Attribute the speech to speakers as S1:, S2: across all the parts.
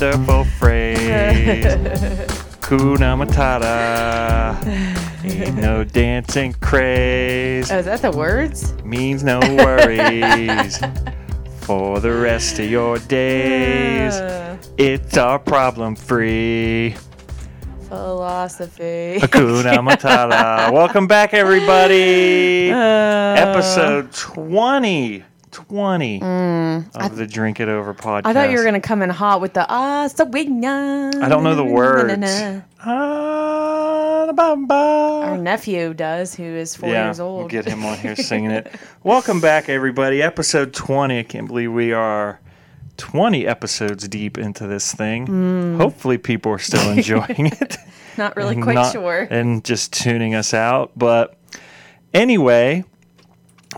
S1: Uh, phrase. Kuna Matata. Ain't no dancing craze.
S2: Oh, is that the words?
S1: Means no worries. For the rest of your days,
S2: Uh,
S1: it's our problem free.
S2: philosophy.
S1: Hakuna Matata. Welcome back, everybody.
S2: Uh,
S1: Episode 20. 20 of the Drink It Over podcast.
S2: Mm. I thought you were gonna come in hot with the ah so big
S1: I don't know the words. Ah, da ba
S2: Our
S1: ba.
S2: nephew does, who is four
S1: Yeah,
S2: years old.
S1: we'll get him on here singing it. Welcome back, everybody. Episode 20. I can't believe we are 20 episodes deep into this thing.
S2: Mm.
S1: Hopefully, people are still enjoying it.
S2: Not really quite
S1: not-
S2: sure.
S1: And just tuning us out. But anyway,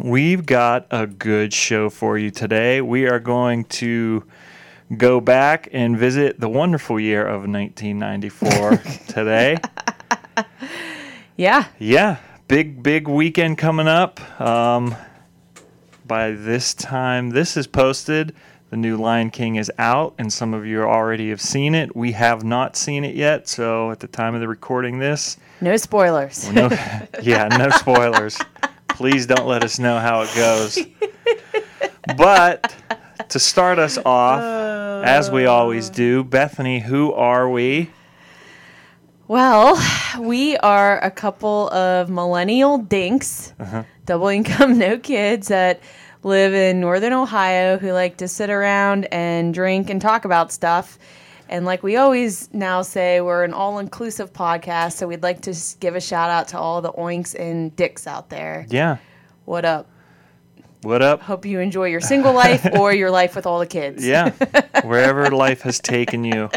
S1: we've got a good show for you today. We are going to go back and visit the wonderful year of 1994 today.
S2: Yeah,
S1: Yeah, big, big weekend coming up. Um, by this time, this is posted. The new Lion King is out, and some of you already have seen it. We have not seen it yet, so at the time of the recording this,
S2: no spoilers.
S1: no, yeah, no spoilers. Please don't let us know how it goes. But to start us off, as we always do, Bethany, who are we?
S2: Well, we are a couple of millennial dinks,
S1: Uh-huh.
S2: double income, no kids, that live in northern Ohio who like to sit around and drink and talk about stuff. And like we always now say, we're an all inclusive podcast. So we'd like to s- give a shout out to all the oinks and dicks out there.
S1: Yeah,
S2: What up?
S1: what up?
S2: Hope you enjoy your single life or your life with all the kids.
S1: Yeah, wherever life has taken you,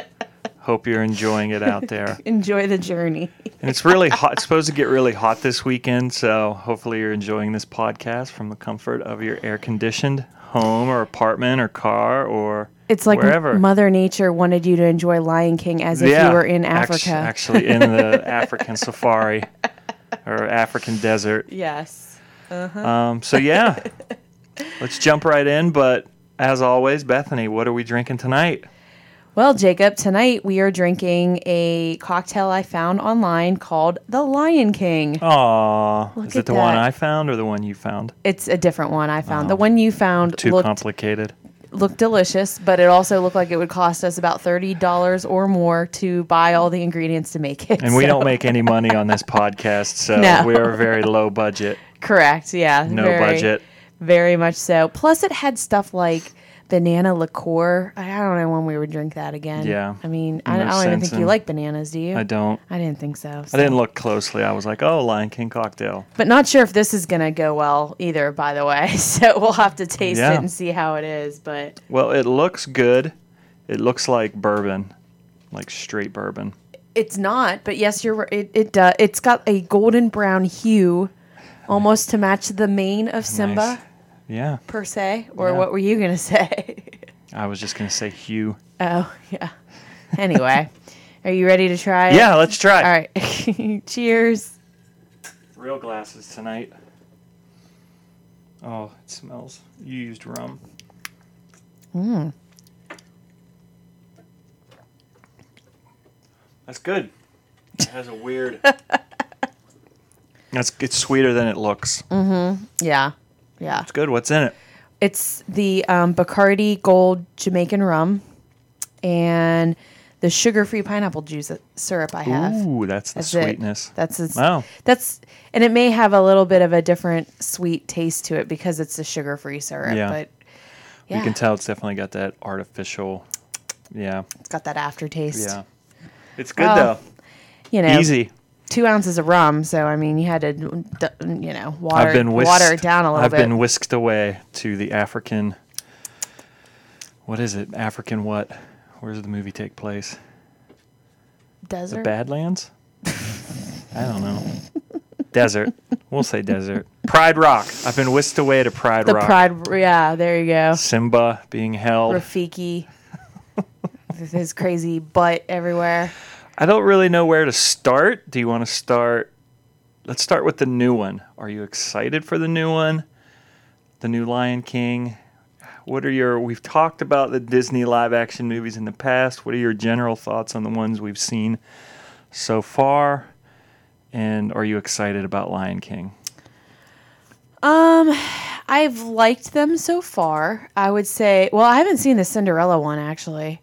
S1: hope you're enjoying it out there.
S2: Enjoy the journey.
S1: And it's really hot. It's supposed to get really hot this weekend, so hopefully you're enjoying this podcast from the comfort of your air-conditioned home or apartment or car or
S2: It's like
S1: wherever.
S2: Mother Nature wanted you to enjoy Lion King as if you were in
S1: act-
S2: Africa.
S1: actually, in the African safari or African desert.
S2: Yes.
S1: Um, so, yeah, let's jump right in. But as always, Bethany, what are we drinking tonight?
S2: Well, Jacob, tonight we are drinking a cocktail I found online called the Lion King.
S1: Aw, is
S2: at
S1: it the one
S2: that.
S1: I found or the one you found?
S2: It's a different one I found. The one you found
S1: Too
S2: looked,
S1: complicated.
S2: looked delicious, but it also looked like it would cost us about $30 or more to buy all the ingredients to make it.
S1: And we
S2: So-
S1: don't make any money on this podcast, so
S2: No.
S1: we are very low budget.
S2: Correct. Yeah.
S1: No
S2: very-
S1: budget.
S2: Very much so. Plus, it had stuff like banana liqueur. I I don't know when we would drink that again.
S1: Yeah.
S2: I mean, I,
S1: No
S2: I don't even
S1: sense
S2: think you
S1: in-
S2: like bananas, do you?
S1: I don't.
S2: I didn't think so.
S1: I didn't look closely. I was like, oh, Lion King cocktail.
S2: But not sure if this is going to go well either, by the way. So we'll have to taste
S1: Yeah.
S2: it and see how it is. But
S1: Well, it looks good. It looks like bourbon, like straight bourbon.
S2: it's not. But yes, you're right. It, it, uh, it's got a golden brown hue almost to match the mane of Simba,
S1: Nice. Yeah,
S2: per se. Or
S1: Yeah.
S2: what were you going to say?
S1: I was just gonna say hue.
S2: oh, yeah. Anyway, are you ready to try it?
S1: Yeah, let's try.
S2: All right. Cheers.
S1: Real glasses tonight. Oh, it smells. You used rum.
S2: Mm.
S1: That's good. It has a weird. That's it's sweeter than it looks.
S2: Mm. Yeah. Yeah.
S1: It's good. What's in it?
S2: It's the um, Bacardi Gold Jamaican rum and the sugar-free pineapple juice uh, syrup I have.
S1: Ooh, that's the
S2: That's it.
S1: sweetness.
S2: That's its,
S1: Wow.
S2: That's and it may have a little bit of a different sweet taste to it because it's the sugar-free syrup,
S1: Yeah.
S2: but
S1: You
S2: yeah,
S1: can tell it's definitely got that artificial. Yeah,
S2: it's got that aftertaste.
S1: yeah. It's good
S2: Well, You know,
S1: though. Easy.
S2: two ounces of rum. So I mean, you had to, d- you know, water
S1: I've been whisked,
S2: water it down a little
S1: I've
S2: bit.
S1: been whisked away to the African. What is it? African what? Where does the movie take place? The
S2: Desert.
S1: Badlands? I don't know. desert. We'll say desert. Pride Rock. I've been whisked away to Pride
S2: the
S1: Rock.
S2: pride. Yeah, there you go.
S1: Simba being held.
S2: Rafiki. with his crazy butt everywhere.
S1: I don't really know where to start. Do you want to start? Let's start with the new one. Are you excited for the new one? The new Lion King? What are your? We've talked about the Disney live action movies in the past. What are your general thoughts on the ones we've seen so far? And are you excited about Lion King?
S2: Um, I've liked them so far. I would say, well, I haven't seen the Cinderella one actually,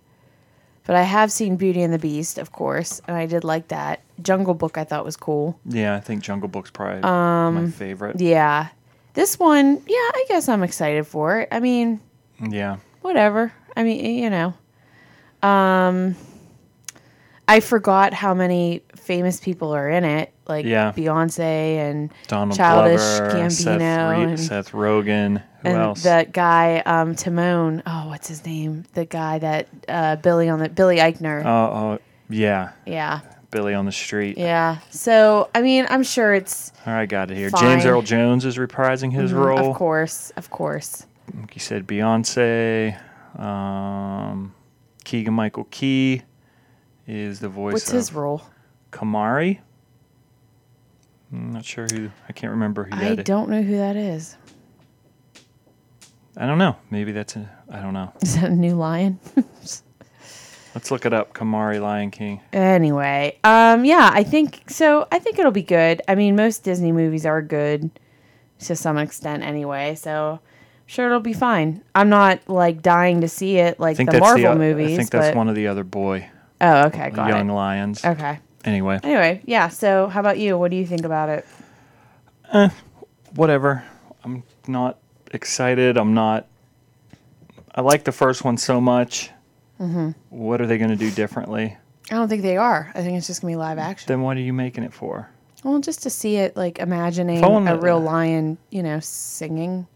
S2: but I have seen Beauty and the Beast, of course, and I did like that. Jungle Book I thought was cool.
S1: Yeah, I think Jungle Book's probably
S2: Um,
S1: my favorite.
S2: Yeah. This one, yeah, I guess I'm excited for it. I mean,
S1: Yeah.
S2: whatever. I mean, you know. Um I forgot how many famous people are in it, like
S1: Yeah.
S2: Beyonce and
S1: Donald
S2: Childish
S1: Glover, Seth,
S2: Gambino
S1: Re-
S2: and-
S1: Seth Rogen. Who
S2: and
S1: else?
S2: that guy um Timon. Oh, what's his name? The guy that uh Billy on the Billy Eichner.
S1: oh, oh, yeah,
S2: yeah.
S1: Billy on the Street.
S2: Yeah. So, I mean, I'm sure it's
S1: All right, got it here.
S2: Fine. Mm-hmm,
S1: James Earl Jones is reprising his role.
S2: of course, of course.
S1: Like you said, Beyonce. Um, Keegan Michael Key is the voice
S2: What's
S1: of
S2: his role?
S1: Kamari. I'm not sure who. I can't remember who
S2: I
S1: that is.
S2: don't know who that is.
S1: I don't know. Maybe that's a. I don't know.
S2: Is that a new lion?
S1: Let's look it up. Kamari Lion King.
S2: Anyway, um, yeah, I think so. I think it'll be good. I mean, most Disney movies are good to some extent, anyway. So, I'm sure, it'll be fine. I'm not like dying to see it,
S1: I
S2: like
S1: think
S2: the
S1: that's
S2: Marvel
S1: the.
S2: movies.
S1: I think that's
S2: but,
S1: one of the other boy
S2: Oh, okay, got
S1: young
S2: it.
S1: lions.
S2: Okay.
S1: Anyway,
S2: Anyway, yeah. So, how about you? What do you think about it?
S1: whatever. I'm not excited. I'm not. I like the first one so much.
S2: Mm-hmm.
S1: What are they going to do differently?
S2: I don't think they are. I think it's just gonna be live action.
S1: Then what are you making it for?
S2: Well, just to see it, like imagining
S1: If I wanna-
S2: a real lion, you know, singing.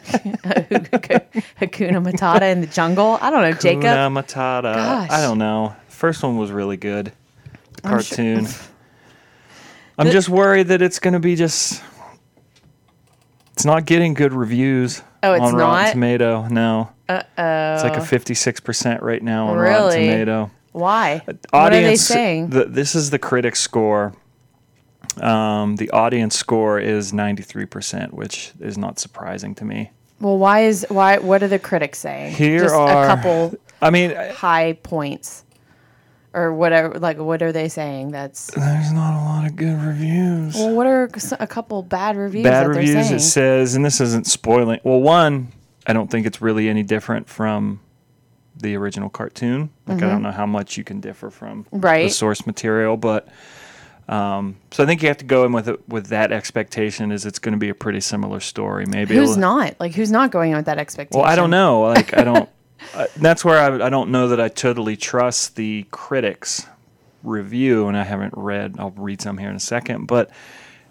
S2: Hakuna Matata in the jungle. I don't know, Jacob.
S1: Hakuna Matata.
S2: Gosh.
S1: I don't know. First one was really good. The
S2: I'm sure-
S1: cartoon. I'm, just worried that it's going to be just. It's not getting good reviews
S2: Oh, it's
S1: on
S2: not?
S1: Rotten Tomato. No,
S2: Uh-oh.
S1: it's like a 56% right now on Rotten
S2: Really?
S1: Tomato.
S2: Why? what are they
S1: audience
S2: saying?
S1: the- this is the critic score um, the audience score is 93% which is not surprising to me
S2: well, why is why? What are the critics saying?
S1: here
S2: Just
S1: are
S2: a couple
S1: i mean I-
S2: high points, or whatever. Like, what are they saying? That's
S1: there's not a lot of good reviews
S2: well. What are s- a couple bad reviews?
S1: bad
S2: that
S1: reviews
S2: They're
S1: it
S2: saying?
S1: says and this isn't spoiling well one i don't think it's really any different from the original cartoon like i don't know how much you can differ from the
S2: Mm-hmm. Right.
S1: source material but um, so i think you have to go in with it with that expectation is it's going to be a pretty similar story maybe
S2: Who's
S1: it'll-
S2: not? Like, who's not going on with that expectation?
S1: Well, I don't know. Like, I don't. I, that's where I, I don't know that I totally trust the critics' review, and I haven't read. I'll read some here in a second, but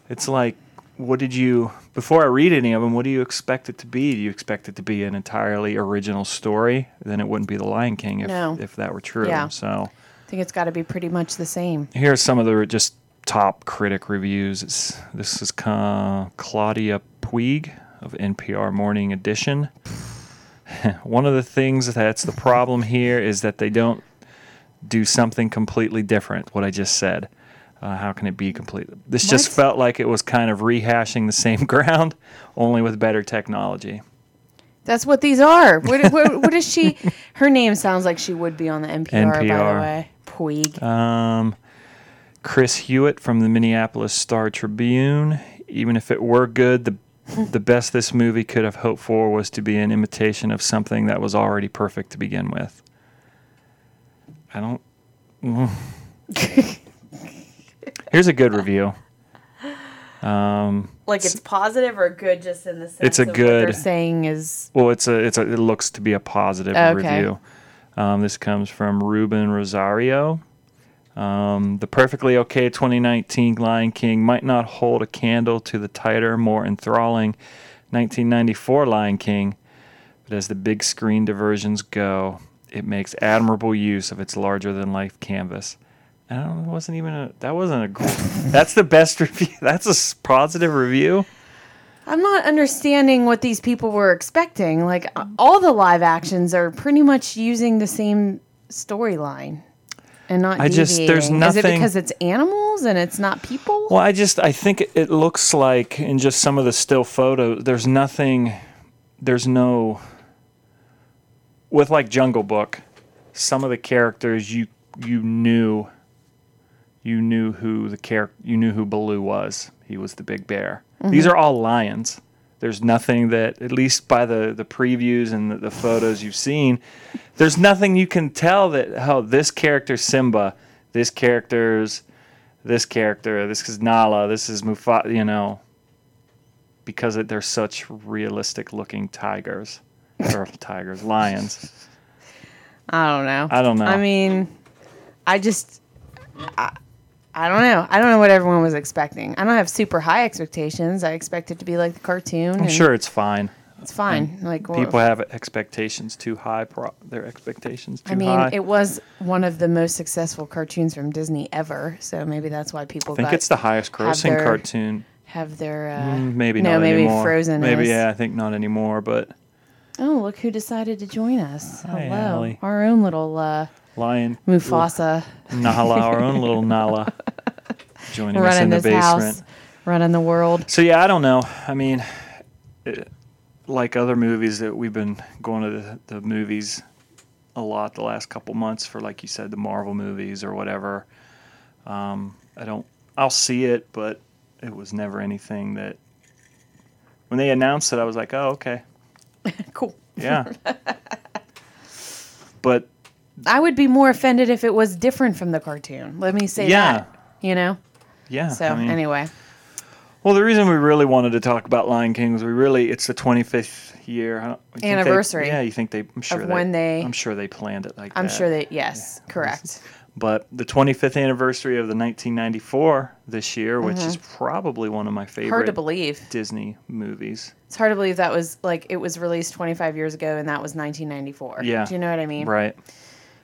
S1: it's like, what did you? Before I read any of them, what do you expect it to be? Do you expect it to be an entirely original story? Then it wouldn't be The Lion King if
S2: No.
S1: if that were true.
S2: Yeah.
S1: So
S2: I think it's got to be pretty much the same.
S1: here are some of the just top critic reviews. It's, this is Ca- Claudia Puig of NPR Morning Edition. One of the things that's the problem here is that they don't do something completely different. What I just said. Uh, how can it be complete? This just
S2: What?
S1: felt like it was kind of rehashing the same ground, only with better technology.
S2: That's what these are. What, what, what is she? Her name sounds like she would be on the NPR. By
S1: NPR.
S2: the way, Puig.
S1: Um, Chris Hewitt from the Minneapolis Star Tribune. Even if it were good, the the best this movie could have hoped for was to be an imitation of something that was already perfect to begin with. I don't. Here's a good review. Um,
S2: like it's positive or good, just in the sense.
S1: It's a
S2: of what they're
S1: good-
S2: saying is
S1: well, it's a it's a, it looks to be a positive
S2: Okay.
S1: review. Um, this comes from Ruben Rosario. Um, the perfectly okay 2019 Lion King might not hold a candle to the tighter, more enthralling 1994 Lion King, but as the big screen diversions go, it makes admirable use of its larger-than-life canvas. I don't. It wasn't even a. That wasn't a. gr- that's the best review. That's a s- positive review.
S2: I'm not understanding what these people were expecting. Like uh, all the live actions are pretty much using the same storyline and not.
S1: I just- there's
S2: deviating. Is it
S1: nothing-
S2: because it's animals and it's not people?
S1: Well, I just I think it- it looks like in just some of the still photos, there's nothing, there's no with like Jungle Book, some of the characters you you knew you knew who the char- you knew who Baloo was. He was the big bear. These are all lions. There's nothing that at least by the the previews and the, the photos you've seen, there's nothing you can tell that oh this character's Simba, this character's this character, this is Nala, this is Mufasa, you know, because it, they're such realistic looking tigers or tigers, lions.
S2: I don't know.
S1: I don't know.
S2: I mean, I just, I, I don't know. I don't know what everyone was expecting. I don't have super high expectations. I expect it to be like the cartoon.
S1: I'm Oh, sure it's fine.
S2: it's fine. Like well,
S1: People have expectations too high. Pro- their expectations too
S2: I mean,
S1: high.
S2: it was one of the most successful cartoons from Disney ever. So maybe that's why people
S1: I think
S2: got,
S1: it's the highest grossing
S2: their-
S1: cartoon.
S2: have their uh,
S1: Mm, Maybe
S2: no,
S1: not
S2: maybe
S1: anymore.
S2: Frozen.
S1: Maybe
S2: is.
S1: yeah, I think not anymore. But
S2: Oh, look who decided to join us.
S1: Hi,
S2: Hello,
S1: Allie.
S2: our own little uh,
S1: lion,
S2: Mufasa
S1: Nala, our own little Nala, joining us in
S2: running
S1: the
S2: this
S1: basement.
S2: house, running the world.
S1: So yeah, I don't know. I mean, it, like other movies that we've been going to the, the movies a lot the last couple months for, like you said, the Marvel movies or whatever. Um, I don't. I'll see it, but it was never anything that. When they announced it, I was like, "Oh, okay,
S2: Cool.
S1: yeah." but
S2: I would be more offended if it was different from the cartoon. Let me say
S1: Yeah.
S2: that. You know?
S1: yeah,
S2: So,
S1: I mean-
S2: anyway.
S1: Well, the reason we really wanted to talk about Lion King was we really it's the 25th year I don't- you think they-
S2: Anniversary
S1: yeah, you think they? I'm sure
S2: when they-
S1: I'm sure they planned it like
S2: I'm
S1: that.
S2: sure that, yes, correct.
S1: But the 25th anniversary of the 1994 this year, which is probably one of my favorite
S2: Mm-hmm. Hard to believe.
S1: Disney movies.
S2: It's hard to believe that was like it was released 25 years ago and that was 1994.
S1: Yeah.
S2: Do you know what I mean?
S1: Right?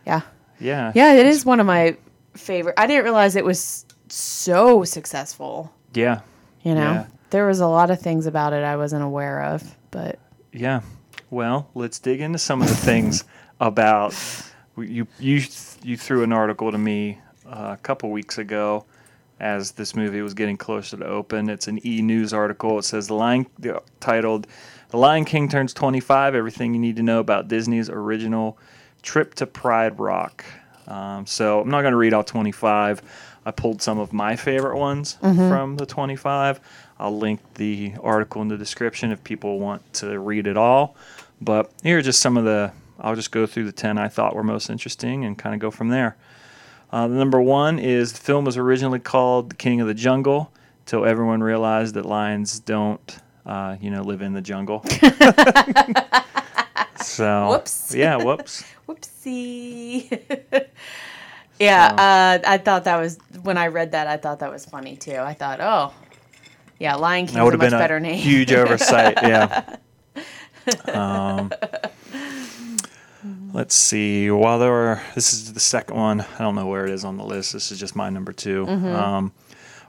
S2: Yeah.
S1: Yeah.
S2: Yeah, it is one of my favorite. I didn't realize it was so successful.
S1: Yeah.
S2: You know?
S1: Yeah.
S2: There was a lot of things about it I wasn't aware of, but
S1: Yeah. Well, let's dig into some of the things about you. You you threw an article to me uh, a couple weeks ago as this movie was getting closer to open. It's an E News article. It says the Lion the, titled "The Lion King Turns 25: Everything You Need to Know About Disney's Original Trip to Pride Rock." Um, so I'm not going to read all 25. I pulled some of my favorite ones from the 25. I'll link the article in the description if people want to read it all. But here are just some of the. I'll just go through the 10 I thought were most interesting and kind of go from there. Uh, number one is the film was originally called The King of the Jungle until everyone realized that lions don't, uh, you know, live in the jungle. so,
S2: Whoops.
S1: Yeah, whoops.
S2: Whoopsie. yeah, uh, I thought that was when I read that. I thought that was funny too. I thought, oh, yeah, Lion King's
S1: That
S2: a
S1: would
S2: much
S1: have been a
S2: better name.
S1: huge oversight. Yeah. um, let's see. While there were, this is the second one. I don't know where it is on the list. This is just my number 2
S2: Mm-hmm.
S1: Um,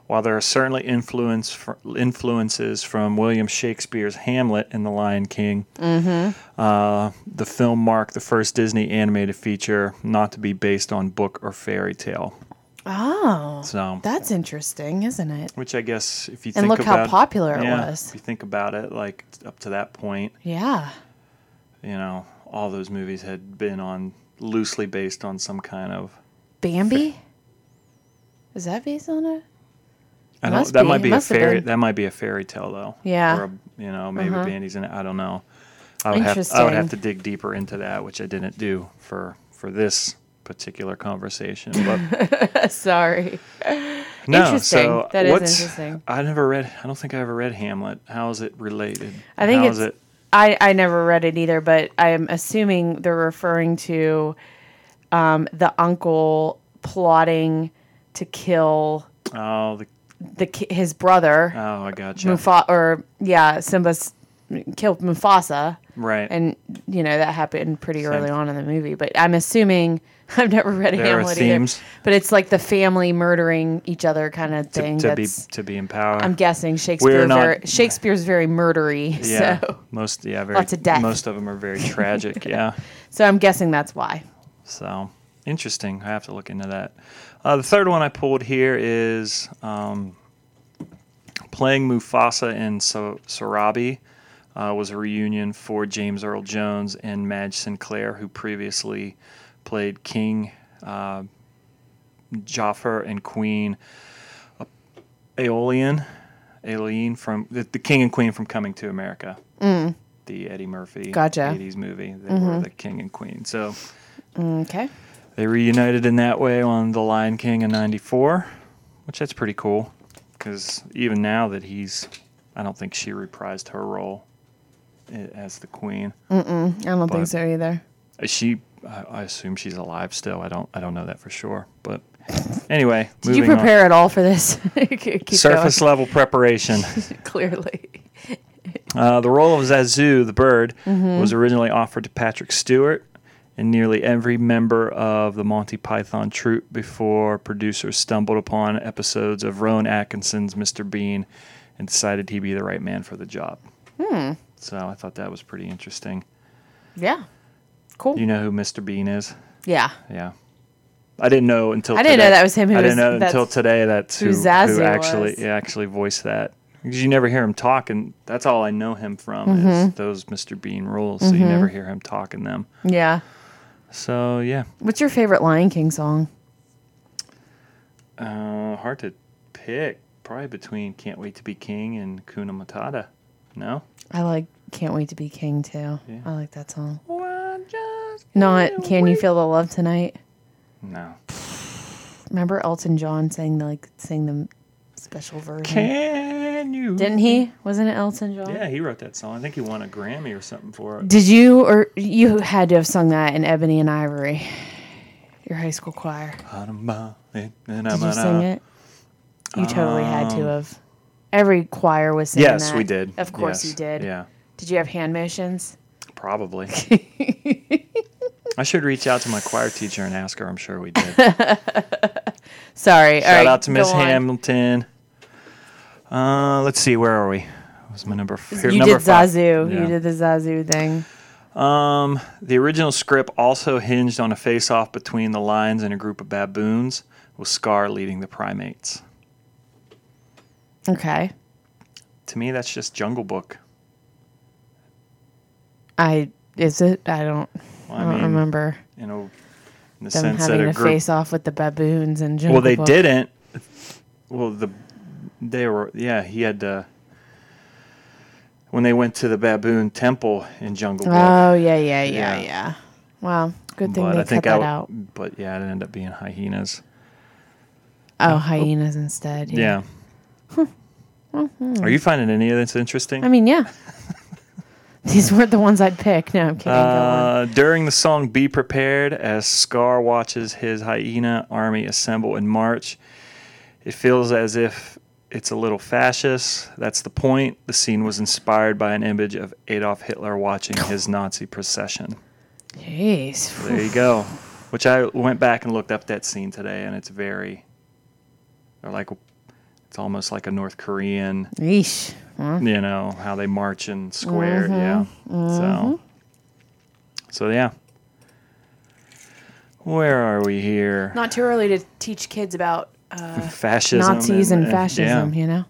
S1: while there are certainly influence fr- influences from William Shakespeare's Hamlet and The Lion King,
S2: Mm-hmm.
S1: uh, the film marked the first Disney animated feature not to be based on book or fairy tale.
S2: oh,
S1: So
S2: that's interesting, isn't it?
S1: which I guess if you
S2: And
S1: think
S2: look how
S1: about
S2: popular it
S1: yeah,
S2: was.
S1: If you think about it, like up to that point,
S2: Yeah,
S1: you know, all those movies had been on loosely based on some kind of.
S2: Bambi. Is that based on a?
S1: I don't,
S2: Must
S1: that
S2: be.
S1: might be
S2: Must
S1: a
S2: have
S1: fairy.
S2: been.
S1: That might be a fairy tale though.
S2: Yeah. Uh-huh.
S1: Or a, you know, maybe Bandy's in it. I don't know. I would have. I would
S2: Interesting.
S1: have to dig deeper into that, which I didn't do for for this particular conversation. But
S2: Sorry.
S1: no,
S2: Interesting.
S1: so
S2: That is
S1: what's-
S2: interesting.
S1: I never read. I don't think I ever read Hamlet. How is it related?
S2: I think
S1: How
S2: it's.
S1: is it?
S2: I I never read it either, but I'm assuming they're referring to um, the uncle plotting to kill
S1: Oh, the
S2: the ki- his brother.
S1: oh, I gotcha.
S2: Mufa or yeah, Simba's killed Mufasa,
S1: right.
S2: and you know that happened pretty early
S1: Same.
S2: on in the movie. But I'm assuming I've never read
S1: There are
S2: Hamlet
S1: themes.
S2: either. But it's like the family murdering each other kind of
S1: to,
S2: thing.
S1: to be
S2: that's
S1: to be in power.
S2: I'm guessing Shakespeare.
S1: not-
S2: ver- Shakespeare's very murdery,
S1: yeah,
S2: so
S1: most yeah, very,
S2: Lots of death.
S1: Most of them are very tragic. yeah,
S2: so I'm guessing that's why.
S1: so interesting. I have to look into that. Uh, the third one I pulled here is um, playing Mufasa in so- Sarabi uh, was a reunion for James Earl Jones and Madge Sinclair, who previously played King, uh, Joffer, and Queen uh, Aeolian, Aeolian from the, the King and Queen from Coming to America, the Eddie Murphy
S2: Gotcha.
S1: 80s movie. They were the King and Queen. So
S2: Okay.
S1: they reunited in that way on The Lion King in '94, which that's pretty cool because even now that he's, I don't think she reprised her role i- as the queen.
S2: I don't think
S1: But-
S2: so either.
S1: Is She, I I assume she's alive still. I don't, I don't know that for sure. But anyway,
S2: Did you
S1: moving on.
S2: prepare at all for this? Keep
S1: Surface level preparation.
S2: going. Clearly.
S1: Uh, the role of Zazu, the bird, was originally offered to Patrick Stewart and nearly every member of the Monty Python troupe before producers stumbled upon episodes of Rowan Atkinson's Mr. Bean and decided he'd be the right man for the job. So I thought that was pretty interesting.
S2: Yeah. Cool.
S1: You know who Mr. Bean is?
S2: yeah.
S1: Yeah. I didn't know until
S2: I didn't know
S1: today-
S2: that was him who
S1: I
S2: was-
S1: didn't know
S2: that's
S1: until today that's
S2: who
S1: who, who
S2: Zazu
S1: actually
S2: was.
S1: yeah, actually voiced that because you never hear him talk, and that's all I know him from
S2: Mm-hmm.
S1: is those Mr. Bean roles. So you never hear him talking them.
S2: Yeah.
S1: So yeah,
S2: What's your favorite Lion King song?
S1: uh, hard to pick. Probably between "Can't Wait to Be King" and "Kuna Matata." No.
S2: I like Can't Wait to Be King too.
S1: Yeah.
S2: I like that song.
S1: Well, I just
S2: Not
S1: can't
S2: Can You
S1: wait-
S2: Feel the Love Tonight?
S1: No.
S2: Remember Elton John sang the like sang the special version?
S1: Can you?
S2: Didn't he? Wasn't it Elton John?
S1: Yeah, he wrote that song. I think he won a Grammy or something for it.
S2: Did you or you had to have sung that in Ebony and Ivory? Your high school choir.
S1: Did
S2: Did you sing it? You totally had to have. Every choir was singing
S1: um, Yes,
S2: that.
S1: we did.
S2: Of course
S1: Yes.
S2: you did.
S1: Yeah,
S2: Did you have hand motions?
S1: probably. I should reach out to my choir teacher and ask her. I'm sure we did. Shout
S2: Sorry. All right,
S1: out to
S2: go
S1: Miss
S2: on.
S1: Hamilton. Uh, let's see, where are we? That was my number, f- here,
S2: You
S1: number
S2: did
S1: five.
S2: Zazu.
S1: Yeah.
S2: You did the Zazu thing.
S1: Um, the original script also hinged on a face-off between the lions and a group of baboons, with Scar leading the primates.
S2: Okay.
S1: To me, that's just Jungle Book.
S2: I is it? I don't.
S1: Well,
S2: I don't remember
S1: you know, in the
S2: them
S1: sense that
S2: having
S1: a
S2: a
S1: group
S2: face off with the baboons and Jungle
S1: Well, they
S2: Book.
S1: didn't. Well, the they were yeah. He had to when they went to the baboon temple in Jungle Book.
S2: Oh yeah, yeah, yeah, yeah.
S1: Yeah.
S2: Wow, good thing
S1: but
S2: they
S1: I think
S2: cut that
S1: I,
S2: out.
S1: But yeah, it ended up being hyenas.
S2: Oh, hyenas instead.
S1: Yeah.
S2: Mm-hmm.
S1: Are you finding any of this interesting?
S2: I mean, yeah. These weren't the ones I'd pick. No, I'm kidding. Go on.
S1: Uh, during the song Be Prepared, as Scar watches his hyena army assemble and march, it feels as if it's a little fascist. That's the point. The scene was inspired by an image of Adolf Hitler watching his Nazi procession.
S2: Jeez.
S1: There you go. Which I went back and looked up that scene today, and it's very, or like, it's almost like a North Korean,
S2: Yeesh.
S1: you know, how they march in square. Yeah.
S2: Mm-hmm.
S1: So, so yeah. Where are we here?
S2: Not too early to teach kids about uh,
S1: Fascism.
S2: Nazis and,
S1: uh, yeah.
S2: fascism. You know.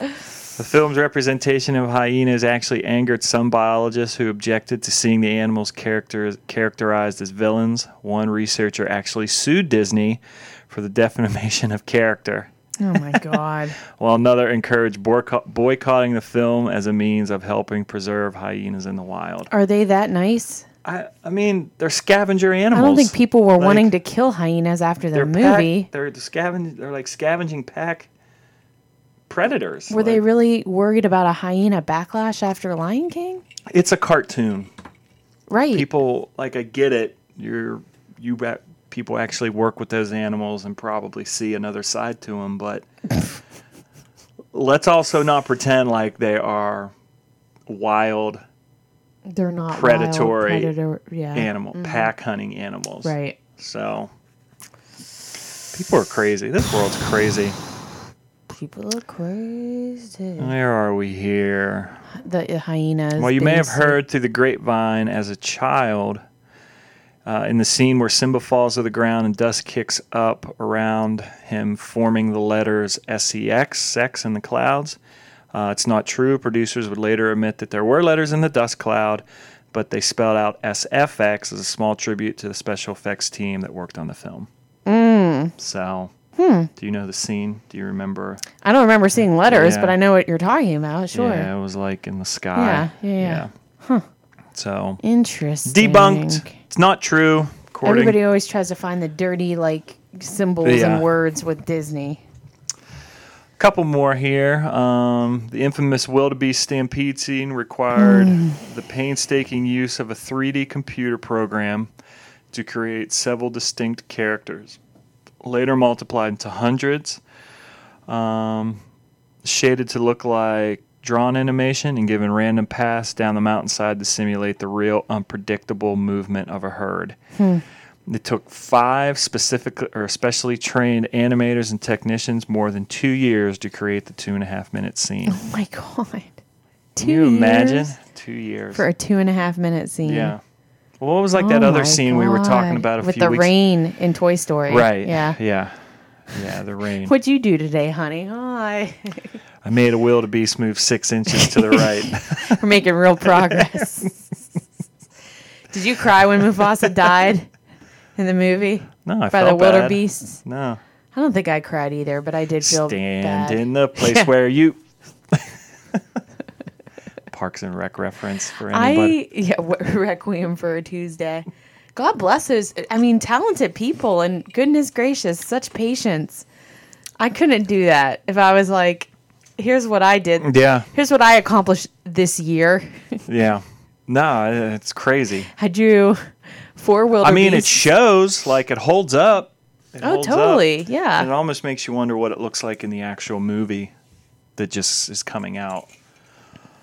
S1: The film's representation of hyenas actually angered some biologists who objected to seeing the animals characters characterized as villains. One researcher actually sued Disney for the defamation of character,
S2: Oh my God.
S1: while another encouraged boyco- boycotting the film as a means of helping preserve hyenas in the wild.
S2: Are they that nice?
S1: I, I mean, they're scavenger
S2: I
S1: animals.
S2: don't think people were
S1: Like,
S2: wanting to kill hyenas after the
S1: they're pack-
S2: movie.
S1: they're the scaven- They're like scavenging pack predators.
S2: Were they
S1: Like,
S2: really worried about a hyena backlash after Lion King?
S1: It's a cartoon.
S2: Right.
S1: people like I get it. You're you ba- people actually work with those animals and probably see another side to them, but let's also not pretend like they are wild
S2: They're not wild
S1: predatory
S2: predator, yeah.
S1: animal pack hunting animals.
S2: Mm-hmm. Right.
S1: So people are crazy. This world's crazy.
S2: People are crazy.
S1: Where are we here?
S2: The uh, hyenas.
S1: Mm. Well, you may have
S2: based-
S1: heard through the grapevine as a child Uh, in the scene where Simba falls to the ground and dust kicks up around him, forming the letters SEX, sex in the clouds. Uh, it's not true. Producers would later admit that there were letters in the dust cloud, but they spelled out SFX as a small tribute to the special effects team that worked on the film.
S2: Hmm.
S1: So, do you know the scene? Do you remember?
S2: I don't remember seeing letters,
S1: Yeah.
S2: but I know what you're talking about. Sure.
S1: Yeah, it was like in the sky.
S2: Yeah, yeah, yeah.
S1: Huh. So,
S2: Interesting.
S1: debunked. It's not true. According
S2: Everybody always tries to find the dirty like symbols
S1: Yeah.
S2: and words with Disney.
S1: couple more here. Um, the infamous wildebeest stampede scene required the painstaking use of a 3D computer program to create several distinct characters, later multiplied into hundreds, um, shaded to look like drawn animation and given random paths down the mountainside to simulate the real unpredictable movement of a herd. It took five specific or specially trained animators and technicians more than two years to create the two and a half minute scene.
S2: Oh my god. Two
S1: Can you imagine?
S2: years
S1: Two years.
S2: for a two and a half minute scene.
S1: yeah. Well, what was like that
S2: Oh
S1: other
S2: my
S1: scene we were talking
S2: God.
S1: about a
S2: with
S1: few
S2: the
S1: weeks
S2: rain in Toy Story.
S1: Right.
S2: Yeah.
S1: Yeah. Yeah, the rain.
S2: What'd you do today, honey? Hi.
S1: I made a wildebeest move six inches to the right.
S2: We're making real progress. Did you cry when Mufasa died in the movie
S1: No, I
S2: by the
S1: felt bad.
S2: wildebeests?
S1: No.
S2: I don't think I cried either, but I did feel
S1: Stand
S2: bad.
S1: in the place
S2: Yeah.
S1: where you. Parks and Rec reference for anybody.
S2: I yeah, w- Requiem for a Tuesday. God bless those. I mean, talented people, and goodness gracious, such patience. I couldn't do that if I was like, here's what I did.
S1: yeah.
S2: Here's what I accomplished this year.
S1: Yeah. No, it's crazy.
S2: I drew four
S1: I
S2: wildebeest.
S1: mean, it shows like it holds up. It
S2: oh,
S1: holds up.
S2: totally,
S1: And it
S2: yeah.
S1: almost makes you wonder what it looks like in the actual movie that just is coming out.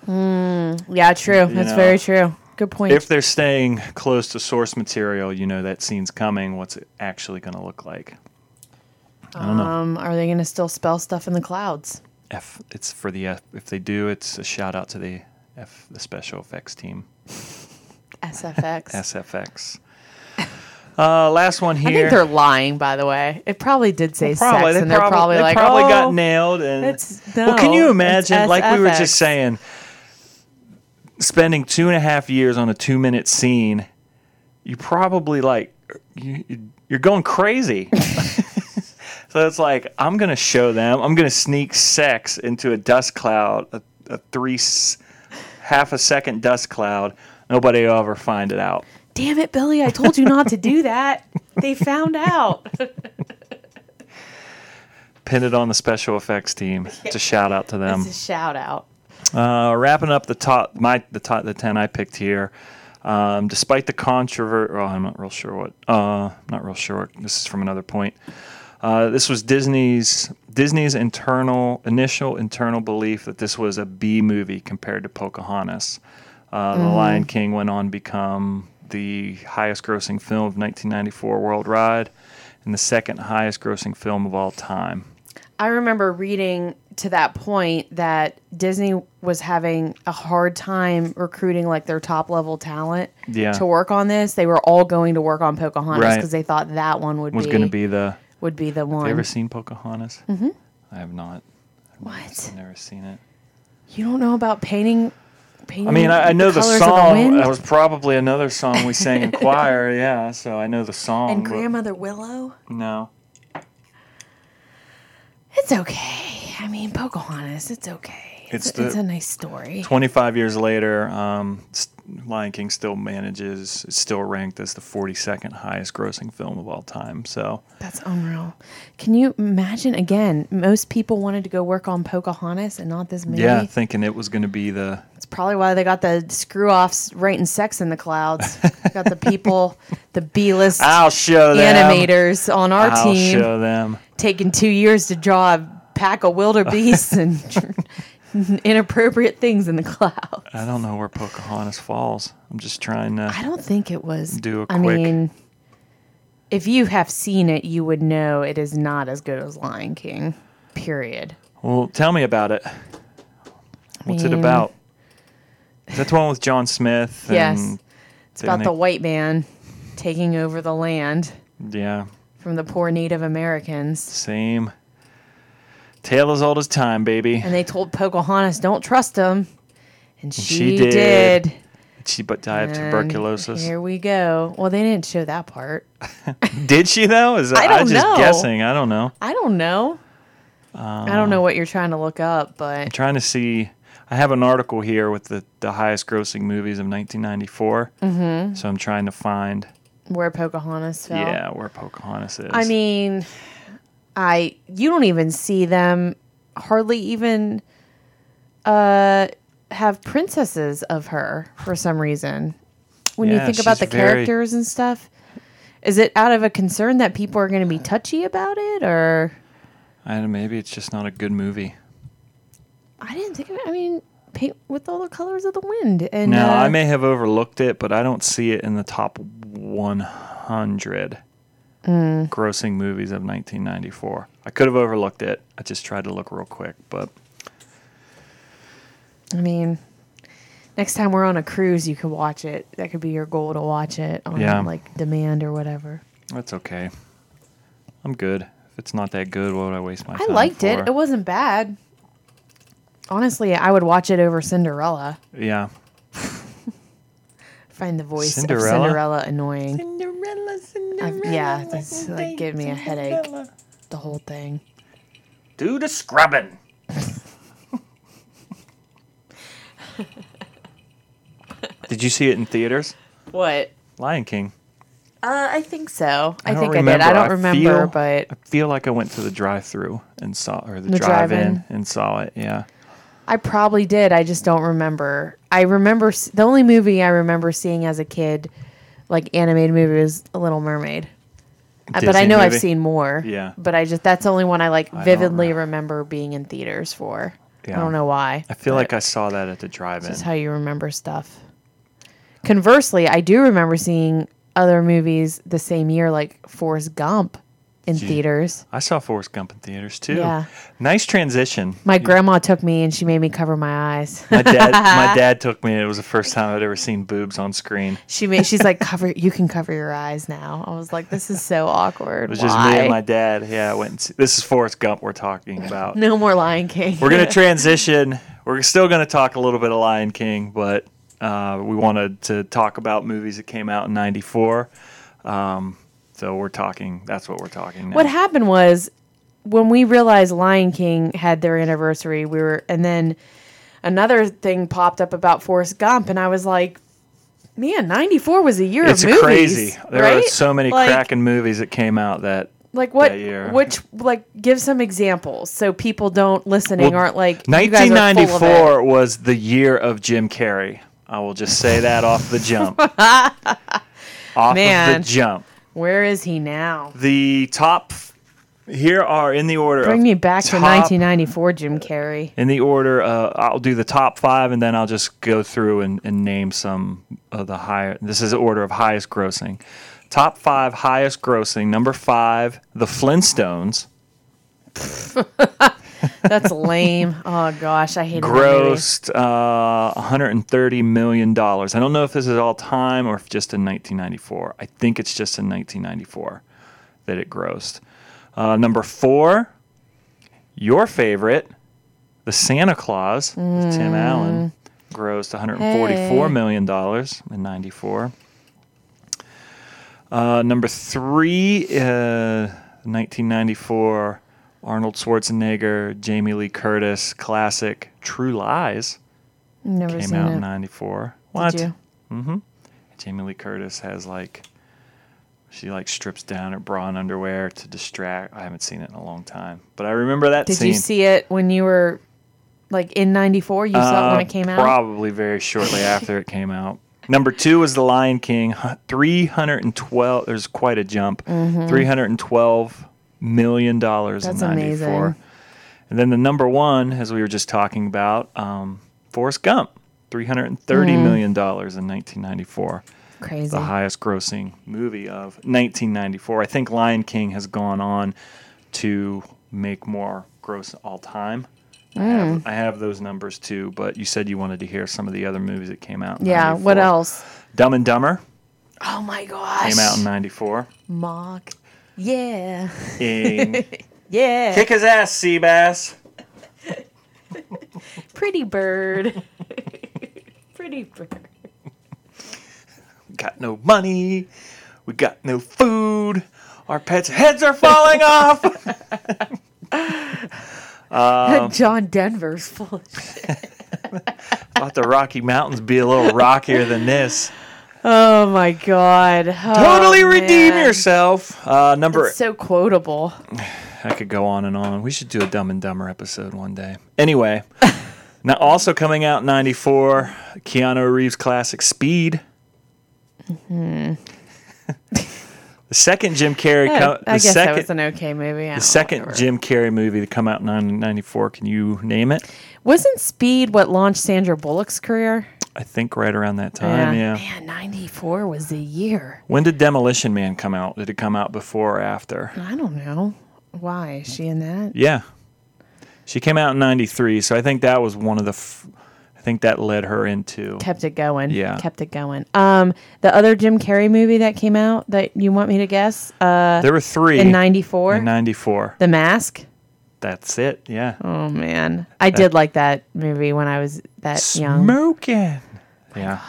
S2: Yeah, true. That's
S1: know,
S2: very true. Good point.
S1: If they're staying close to source material, you know that scene's coming. What's it actually going to look like?
S2: um, are they going to still spell stuff in the clouds?
S1: F. It's for the F. If they do, it's a shout out to the F. The special effects team.
S2: SFX.
S1: SFX. Uh, last one here.
S2: I think they're lying, by the way. It probably did say
S1: probably,
S2: sex,
S1: they
S2: and they're
S1: prob-
S2: probably
S1: they
S2: like,
S1: probably
S2: oh,
S1: got nailed. And
S2: it's-
S1: well, can
S2: no,
S1: you
S2: it's
S1: imagine? Like we were
S2: SFX.
S1: just saying, spending two and a half years on a two-minute scene, you probably like you, you're going crazy. so it's like I'm gonna show them. I'm gonna sneak sex into a dust cloud, a, a three s- half a second dust cloud. Nobody will ever find it out.
S2: damn it, Billy, I told you not to do that. They found out.
S1: Pin it on the special effects team. It's a shout out to them.
S2: It's a shout out.
S1: Uh, wrapping up the top, my the top the ten I picked here. Um, despite the controversy, oh, I'm not real sure what. Uh, not real sure. This is from another point. Uh, this was Disney's Disney's internal initial internal belief that this was a B movie compared to Pocahontas. Uh, The Lion King went on to become the highest grossing film of 1994 worldwide and the second highest grossing film of all time.
S2: I remember reading to that point that Disney was having a hard time recruiting like their top level talent
S1: Yeah.
S2: to work on this. They were all going to work on Pocahontas
S1: Right.
S2: because they thought that one would
S1: Was going to be the
S2: would be the
S1: You
S2: one.
S1: ever seen Pocahontas? Mm-hmm. I have not.
S2: what?
S1: I've never seen it.
S2: You don't know about painting? painting
S1: I mean, I, I know the,
S2: colors of
S1: song.
S2: wind?
S1: that was probably another song we sang in choir. Yeah, so I know the song.
S2: and
S1: but
S2: grandmother Willow.
S1: No.
S2: It's okay. I mean, Pocahontas. It's okay. It's,
S1: It's
S2: a,
S1: the-
S2: it's a nice story.
S1: 25 years later, um, s- Lion King still manages, it's still ranked as the 42nd highest grossing film of all time. So,
S2: That's unreal. Can you imagine? Again, most people wanted to go work on Pocahontas and not this movie.
S1: yeah, thinking it was going to be the.
S2: It's probably why they got the screw offs writing sex in the clouds. got the people, the B list
S1: I'll show them.
S2: animators on our
S1: I'll
S2: team
S1: show them.
S2: taking two years to draw a pack of wildebeests and inappropriate things in the cloud.
S1: I don't know where Pocahontas falls. I'm just trying to.
S2: I don't think it was.
S1: Do a
S2: I
S1: quick-
S2: mean, if you have seen it, you would know it is not as good as Lion King. Period.
S1: Well, tell me about it. What's it
S2: mean-
S1: about? Is that the one with John Smith?
S2: Yes.
S1: and
S2: It's about
S1: they-
S2: the white man taking over the land
S1: Yeah.
S2: from the poor Native Americans.
S1: Same. Tale as old as time, baby.
S2: And they told Pocahontas, don't trust them. And she,
S1: she did.
S2: did.
S1: She but died of
S2: And
S1: tuberculosis.
S2: Here we go. Well, they didn't show that part.
S1: Did she though? Is that,
S2: I don't
S1: I'm just
S2: know.
S1: guessing. I don't know.
S2: I don't know. I don't
S1: Um,
S2: know what you're trying to look up, but
S1: I'm trying to see. I have an article here with the, the highest grossing movies of 1994. Mm-hmm. So I'm trying to find,
S2: where Pocahontas fell.
S1: yeah, where Pocahontas is.
S2: I mean, I you don't even see them hardly even uh have princesses of her for some reason. When
S1: Yeah,
S2: you think about the
S1: she's very-
S2: characters and stuff, is it out of a concern that people are going to be touchy about it or
S1: I don't, maybe it's just not a good movie.
S2: I didn't think of it. I mean, paint with all the colors of the wind and
S1: Now,
S2: uh,
S1: I may have overlooked it, but I don't see it in the top 100
S2: Mm.
S1: grossing movies of 1994. I could have overlooked it. I just tried to look real quick, but
S2: I mean, next time we're on a cruise, you could watch it. That could be your goal to watch it on
S1: Yeah.
S2: like demand or whatever.
S1: that's okay. I'm good. If it's not that good, what would I waste my
S2: I
S1: time?
S2: liked it.
S1: for?
S2: It wasn't bad. Honestly, I would watch it over Cinderella.
S1: yeah.
S2: Find the voice
S1: Cinderella?
S2: of Cinderella annoying.
S1: Cinderella,
S2: I've- yeah, that's like give me a headache. The whole thing.
S1: Do the scrubbing. Did you see it in theaters?
S2: What?
S1: Lion King.
S2: Uh, I think so. I,
S1: don't
S2: think I did. I don't remember,
S1: feel-
S2: but
S1: I feel like I went to the drive-through and saw, or the,
S2: The
S1: drive-in
S2: drive-in.
S1: and saw it. Yeah,
S2: I probably did. I just don't remember. I remember s- the only movie I remember seeing as a kid, like animated movie, was A Little Mermaid. Uh, but I
S1: Disney
S2: know
S1: movie?
S2: I've seen more.
S1: Yeah.
S2: But I just that's the only one I like
S1: don't
S2: vividly
S1: re-
S2: remember being in theaters for.
S1: Yeah.
S2: I don't know why.
S1: I feel
S2: but
S1: like I saw that at the drive-in.
S2: that's how you remember stuff. Conversely, I do remember seeing other movies the same year, like Forrest Gump, in theaters.
S1: I saw Forrest Gump in theaters too.
S2: Yeah.
S1: Nice transition.
S2: My grandma took me and she made me cover my eyes.
S1: My dad, my dad took me. and It was the first time I'd ever seen boobs on screen.
S2: She made, she's like cover you can cover your eyes now. I was like this is so awkward.
S1: It was
S2: Why?
S1: just me and my dad. Yeah, I went. And see, this is Forrest Gump we're talking about.
S2: no more Lion King.
S1: We're gonna transition. We're still gonna talk a little bit of Lion King, but uh, we wanted to talk about movies that came out in '94. Um, so we're talking. That's what we're talking. Now.
S2: what happened was when we realized Lion King had their anniversary, we were and then another thing popped up about Forrest Gump and I was like, man, 94 was a year
S1: It's
S2: of movies.
S1: crazy. There are
S2: right?
S1: so many
S2: Like-
S1: cracking movies that came out that
S2: Like what
S1: that year.
S2: which like give some examples so people don't listening
S1: Well,
S2: aren't like you guys are full of it.
S1: 1994 was the year of Jim Carrey. I will just say that off the jump. off
S2: Man.
S1: of the jump.
S2: Where is he now?
S1: The top here are in the order.
S2: Bring
S1: of
S2: me back to
S1: top-
S2: 1994 Jim Carrey.
S1: In the order, uh, I'll do the top five, and then I'll just go through and, and name some of the higher. This is the order of highest grossing. Top five highest grossing. Number five, The Flintstones.
S2: That's lame. Oh gosh, I hate
S1: grossed uh, 130 million dollars. I don't know if this is all time or if just in 1994. I think it's just in 1994 that it grossed. Uh, number four, your favorite, the Santa Claus, with Tim Allen, grossed 144
S2: Hmm. Hey.
S1: million dollars in '94. Uh, number three, uh, 1994, Arnold Schwarzenegger, Jamie Lee Curtis, classic True Lies
S2: Never
S1: came
S2: seen
S1: out
S2: it.
S1: in '94. What?
S2: you?
S1: Jamie Lee Curtis has like, she like strips down her bra and underwear to distract. I haven't seen it in a long time, but I remember that
S2: Did
S1: scene.
S2: you see it when you were like in '94? You saw it when
S1: Uh,
S2: it came out.
S1: Probably very shortly after it came out. Number two was The Lion King. hu- 312, there's quite a jump. $312 million dollars in
S2: Mm-hmm. That's
S1: 94.
S2: amazing.
S1: And then the number one, as we were just talking about, um, Forrest Gump. $330
S2: Mm.
S1: million dollars in 1994.
S2: Crazy.
S1: The highest grossing movie of 1994. I think Lion King has gone on to make more gross all time. I,
S2: Mm.
S1: have, I have those numbers too, but you said you wanted to hear some of the other movies that came out. in
S2: yeah.
S1: 94.
S2: What else?
S1: Dumb and Dumber.
S2: Oh my gosh.
S1: Came out in 94.
S2: Mock. Yeah.
S1: In-
S2: Yeah.
S1: Kick his ass, Seabass.
S2: Pretty bird. Pretty bird.
S1: Got no money. We got no food. Our pets' heads are falling off. Um,
S2: John Denver's full of shit.
S1: Thought the Rocky Mountains be a little rockier than this.
S2: Oh my god. Oh,
S1: Totally redeem yourself. Uh, number
S2: So quotable.
S1: I could go on and on. We should do a Dumb and Dumber episode one day. Anyway, now also coming out in '94, Keanu Reeves' classic Speed.
S2: Mm-hmm.
S1: the second Jim Carrey. co-
S2: I
S1: the
S2: guess
S1: second,
S2: that was an okay movie. I
S1: the
S2: don't
S1: second
S2: remember.
S1: Jim Carrey movie to come out in 1994. Can you name it?
S2: Wasn't Speed what launched Sandra Bullock's career?
S1: I think right around that time. Yeah.
S2: Man, 94 was the year.
S1: When did Demolition Man come out? Did it come out before or after?
S2: I don't know. Why is she in that?
S1: Yeah. She came out in 93, so I think that was one of the f- I think that led her into
S2: Kept it going.
S1: Yeah.
S2: Kept it going. Um, the other Jim Carrey movie that came out that you want me to guess? Uh,
S1: There were 3
S2: in 94?
S1: In 94.
S2: the Mask?
S1: That's it. Yeah.
S2: Oh, man. I did like that movie when I was that young.
S1: Smoking. Yeah.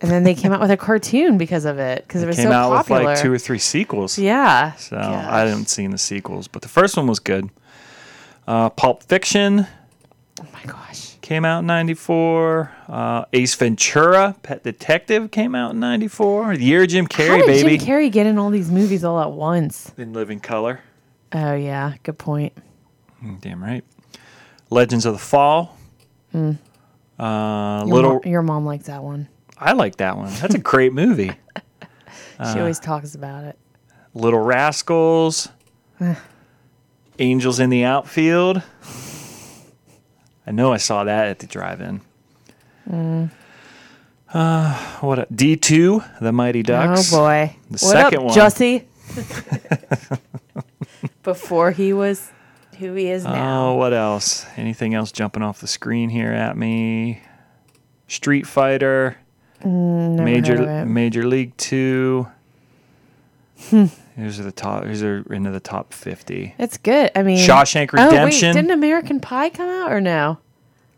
S2: And then they came out with a cartoon because of it, because it, was
S1: Came
S2: so
S1: out
S2: popular.
S1: with like two or three sequels.
S2: yeah.
S1: So I haven't seen the sequels, but the first one was good. Uh, Pulp Fiction
S2: Oh my gosh.
S1: came out in 94. Uh, Ace Ventura, Pet Detective came out in 94. The year of Jim Carrey,
S2: How did
S1: baby.
S2: Jim Carrey get in all these movies all at once?
S1: in Living Color.
S2: Oh yeah, good point.
S1: Damn right. Legends of the Fall.
S2: Hmm.
S1: Uh,
S2: Your
S1: little,
S2: mo- your mom likes that one.
S1: I like that one. That's a great movie. Uh,
S2: She always talks about it.
S1: Little Rascals, Angels in the Outfield. I know I saw that at the drive-in.
S2: Mm.
S1: Uh, what a, D2, The Mighty Ducks.
S2: Oh boy.
S1: The
S2: what
S1: second
S2: up,
S1: one.
S2: Jussie? Before he was who he is now.
S1: Oh, what else? Anything else jumping off the screen here at me? Street Fighter,
S2: Mm, Never
S1: Major
S2: heard of it.
S1: Major League Two.
S2: Hmm.
S1: Here's the top. Here's are into the top fifty.
S2: It's good. I mean,
S1: Shawshank
S2: Oh,
S1: Redemption.
S2: wait, didn't American Pie come out or no?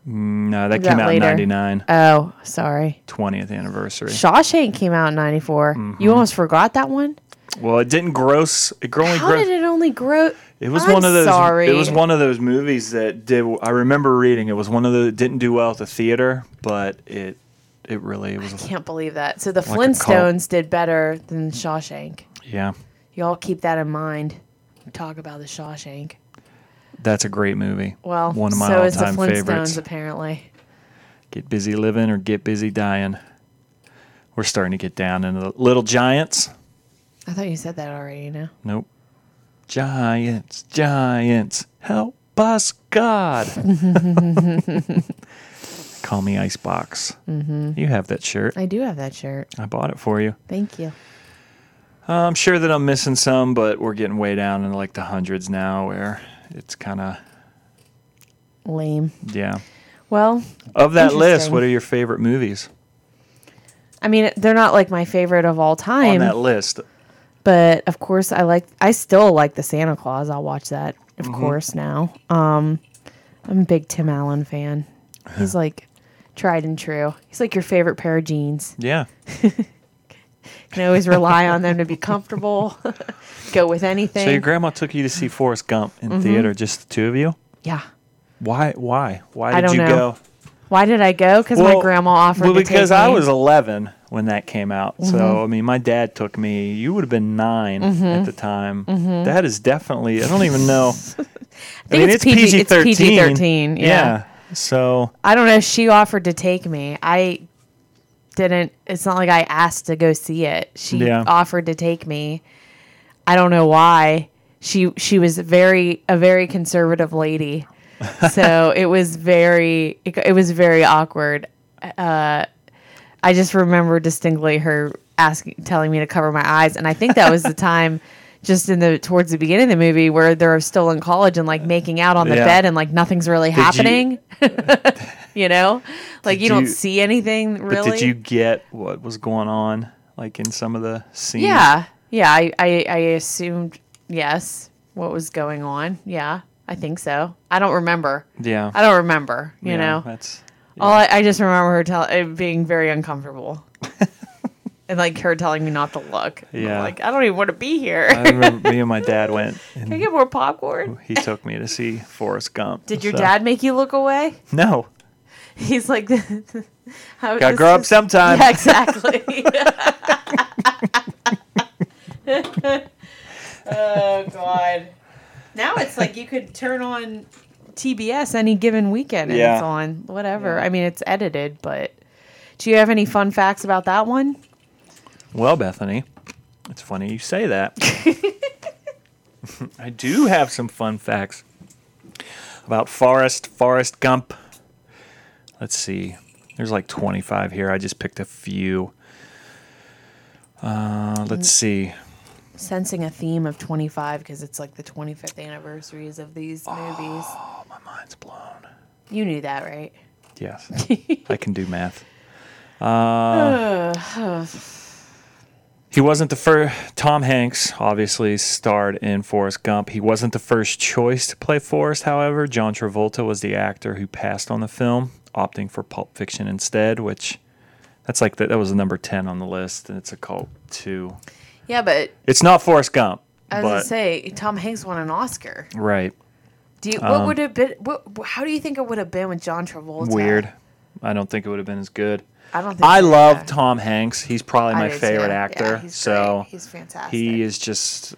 S1: No, that
S2: That
S1: came out in
S2: later.
S1: 99,
S2: Oh, sorry.
S1: 20th anniversary.
S2: Shawshank came out in '94.
S1: Mm-hmm.
S2: You almost forgot that one.
S1: Well, it didn't gross. It gr- only
S2: How
S1: gross.
S2: did it only grow?
S1: It was
S2: I'm
S1: one of those.
S2: Sorry.
S1: It was one of those movies that did. I remember reading it was one of the it didn't do well at the theater, but it it really was.
S2: Can't believe that. So the
S1: Like a cult.
S2: Flintstones did better than Shawshank.
S1: Yeah,
S2: Y'all keep that in mind. Talk about the Shawshank.
S1: that's a great movie.
S2: Well,
S1: one of my
S2: so
S1: all
S2: is the
S1: time
S2: Flintstones
S1: favorites.
S2: apparently.
S1: Get busy living or get busy dying. We're starting to get down into the little giants.
S2: I thought you said that already. You know.
S1: Nope. Giants, giants, help us, God. Call me Icebox. Mm-hmm. You have that shirt.
S2: I do have that shirt.
S1: I bought it for you.
S2: Thank you.
S1: I'm sure that I'm missing some, but we're getting way down in like the hundreds now where it's kind of,
S2: Lame.
S1: yeah.
S2: Well,
S1: Of that list,
S2: Interesting.
S1: what are your favorite movies
S2: I mean, they're not like my favorite of all
S1: on
S2: time,
S1: that list?
S2: but of course, I like. I still like the Santa Claus. I'll watch that, of
S1: Mm-hmm.
S2: course. Now, um, I'm a big Tim Allen fan. He's like tried and true. He's like your favorite pair of jeans.
S1: Yeah.
S2: can always rely on them to be comfortable, go with anything.
S1: So your grandma took you to see Forrest Gump in
S2: Mm-hmm.
S1: theater, just the two of you?
S2: yeah.
S1: Why? Why? Why
S2: I
S1: did
S2: don't
S1: you
S2: know.
S1: go?
S2: Why did I go? Because my grandma offered
S1: Well,
S2: to take
S1: because I
S2: me. Mm-hmm.
S1: was 11 when that came out. So I mean, my dad took me. You would have been 9 at the time. That is definitely. I don't even know. I,
S2: Mm-hmm. think it's PG it's PG-13, yeah.
S1: So
S2: I don't know. She offered to take me. I didn't. It's not like I asked to go see it. She
S1: Yeah.
S2: offered to take me. I don't know why. She she was very a very conservative lady, so it was very it, it was very awkward. Uh, I just remember distinctly her asking, telling me to cover my eyes, and I think that was the time. Just in the towards the beginning of the movie, where they're still in college and like making out on the
S1: Yeah.
S2: bed and like nothing's really
S1: you-
S2: happening you know like
S1: Did
S2: you don't
S1: you-
S2: see anything really
S1: but did you get what was going on? like in some of the scenes?
S2: Yeah. Yeah. I, I, I assumed yes. What was going on? Yeah. I think so. I don't remember.
S1: Yeah.
S2: I don't remember. You
S1: Yeah,
S2: know.
S1: That's
S2: All I, I just remember her tell it being very uncomfortable. and like her telling me not to look. And I'm
S1: Yeah.
S2: like, I don't even want to be here.
S1: I remember me and my dad went
S2: Can I
S1: and
S2: get more popcorn?
S1: he took me to see Forrest Gump.
S2: Did your
S1: so-
S2: dad make you look away?
S1: No.
S2: He's like, how,
S1: Gotta
S2: this
S1: grow up
S2: is-
S1: sometime.
S2: Yeah, exactly. oh God! Now it's like you could turn on TBS any given weekend and
S1: Yeah.
S2: it's on. Whatever. I mean, it's edited, but do you have any fun facts about that one?
S1: Well, Bethany, it's funny you say that. I do have some fun facts about Forrest, Forrest Gump. Let's see. There's like 25 here. I just picked a few. Uh, let's
S2: Mm.
S1: see.
S2: Sensing a theme of 25 because it's like the 25th anniversaries of these movies.
S1: Oh, my mind's blown.
S2: You knew that, right?
S1: Yes. I can do math. He wasn't the first. Tom Hanks obviously starred in Forrest Gump. He wasn't the first choice to play Forrest, however. John Travolta was the actor who passed on the film, opting for Pulp Fiction instead, which that's like the, that was the number 10 on the list, and it's a cult two.
S2: Yeah, but
S1: It's not Forrest Gump.
S2: I was
S1: but,
S2: gonna say Tom Hanks won an Oscar.
S1: Right.
S2: Do you, what
S1: Um,
S2: would have been? What, how do you think it would have been with John Travolta?
S1: Weird. I don't think it would have been as good.
S2: I don't. Think
S1: I
S2: so,
S1: love
S2: yeah.
S1: Tom Hanks. He's probably
S2: I
S1: my
S2: do too.
S1: favorite
S2: Yeah,
S1: actor.
S2: he's
S1: so
S2: great. he's fantastic.
S1: he is just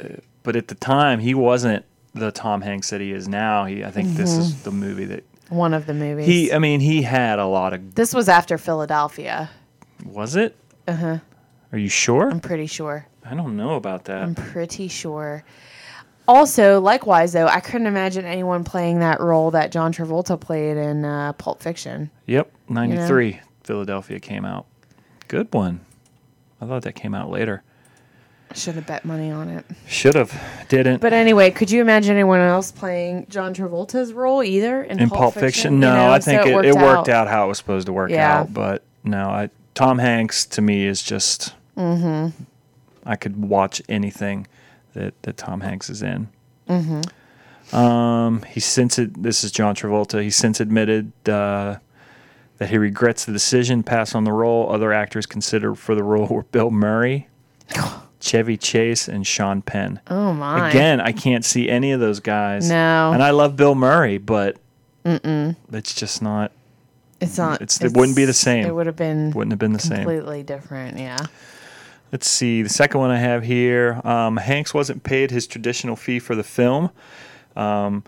S1: uh, but at the time he wasn't the tom hanks that he is now he i think this
S2: Mm-hmm.
S1: is the movie that
S2: one of the movies.
S1: he uh, i mean he had a lot of
S2: this was after Philadelphia.
S1: was it uh-huh are you sure
S2: I'm pretty sure.
S1: i don't know about that
S2: I'm pretty sure. Also, likewise though, I couldn't imagine anyone playing that role that John Travolta played in uh, Pulp Fiction.
S1: yep 93 philadelphia came out good one i thought that came out later
S2: I should have bet money on it.
S1: should have didn't
S2: But anyway, could you imagine anyone else playing John Travolta's role either in,
S1: in pulp fiction,
S2: You
S1: no
S2: know,
S1: i
S2: so
S1: think it, it worked out. how it was supposed to work
S2: Yeah.
S1: out but no i tom hanks to me is just i could watch anything that, that tom hanks is in um, he since it, this is john travolta he since admitted uh, that he regrets the decision to pass on the role other actors considered for the role were bill murray chevy chase and sean penn
S2: Oh my!
S1: Again, I can't see any of those guys.
S2: No.
S1: And I love Bill Murray, but it's just not.
S2: It's not.
S1: It's- it wouldn't be the same.
S2: It would have been
S1: Wouldn't have been the same.
S2: completely different. Yeah.
S1: Let's see. The second one I have here. Um, Hanks wasn't paid his traditional fee for the film. Um,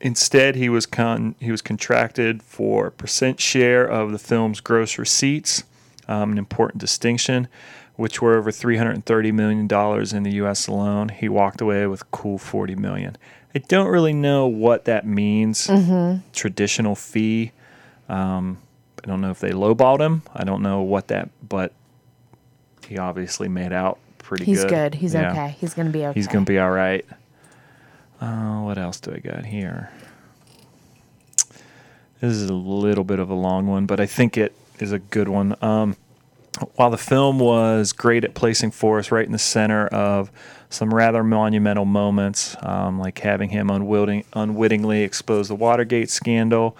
S1: instead, he was con- he was contracted for a percent share of the film's gross receipts. Um, an important distinction, which were over 330 million dollars in the U.S. alone. He walked away with a cool 40 million. I don't really know what that means.
S2: Mm-hmm.
S1: Traditional fee. Um, I don't know if they lowballed him. I don't know what that, but he obviously made out pretty
S2: He's
S1: good.
S2: good. He's
S1: Yeah.
S2: okay. He's gonna be okay.
S1: He's gonna be all right. Uh, what else do I got here? This is a little bit of a long one, but I think it is a good one. Um, while the film was great at placing Forrest right in the center of some rather monumental moments, um, like having him unwitting, unwittingly expose the Watergate scandal,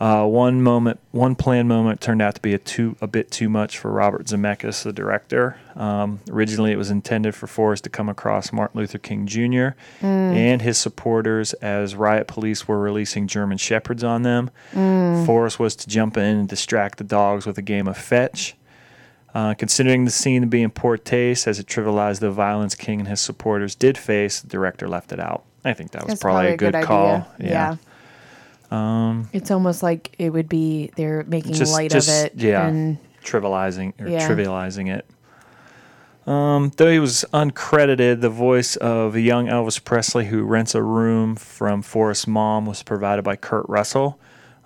S1: uh, one moment, one planned moment turned out to be a too a bit too much for Robert Zemeckis, the director. Um, originally, it was intended for Forrest to come across Martin Luther King Jr. and his supporters as riot police were releasing German shepherds on them. Forrest was to jump in and distract the dogs with a game of fetch. Uh, considering the scene to be in poor taste, as it trivialized the violence King and his supporters did face, the director left it out. I think that was
S2: That's
S1: probably, a good, call.
S2: Idea. Yeah. Um, it's almost like it would be they're making light of it.
S1: Yeah,
S2: And
S1: trivializing or
S2: Yeah.
S1: trivializing it. Um, though he was uncredited, the voice of young Elvis Presley, who rents a room from Forrest's mom, was provided by Kurt Russell,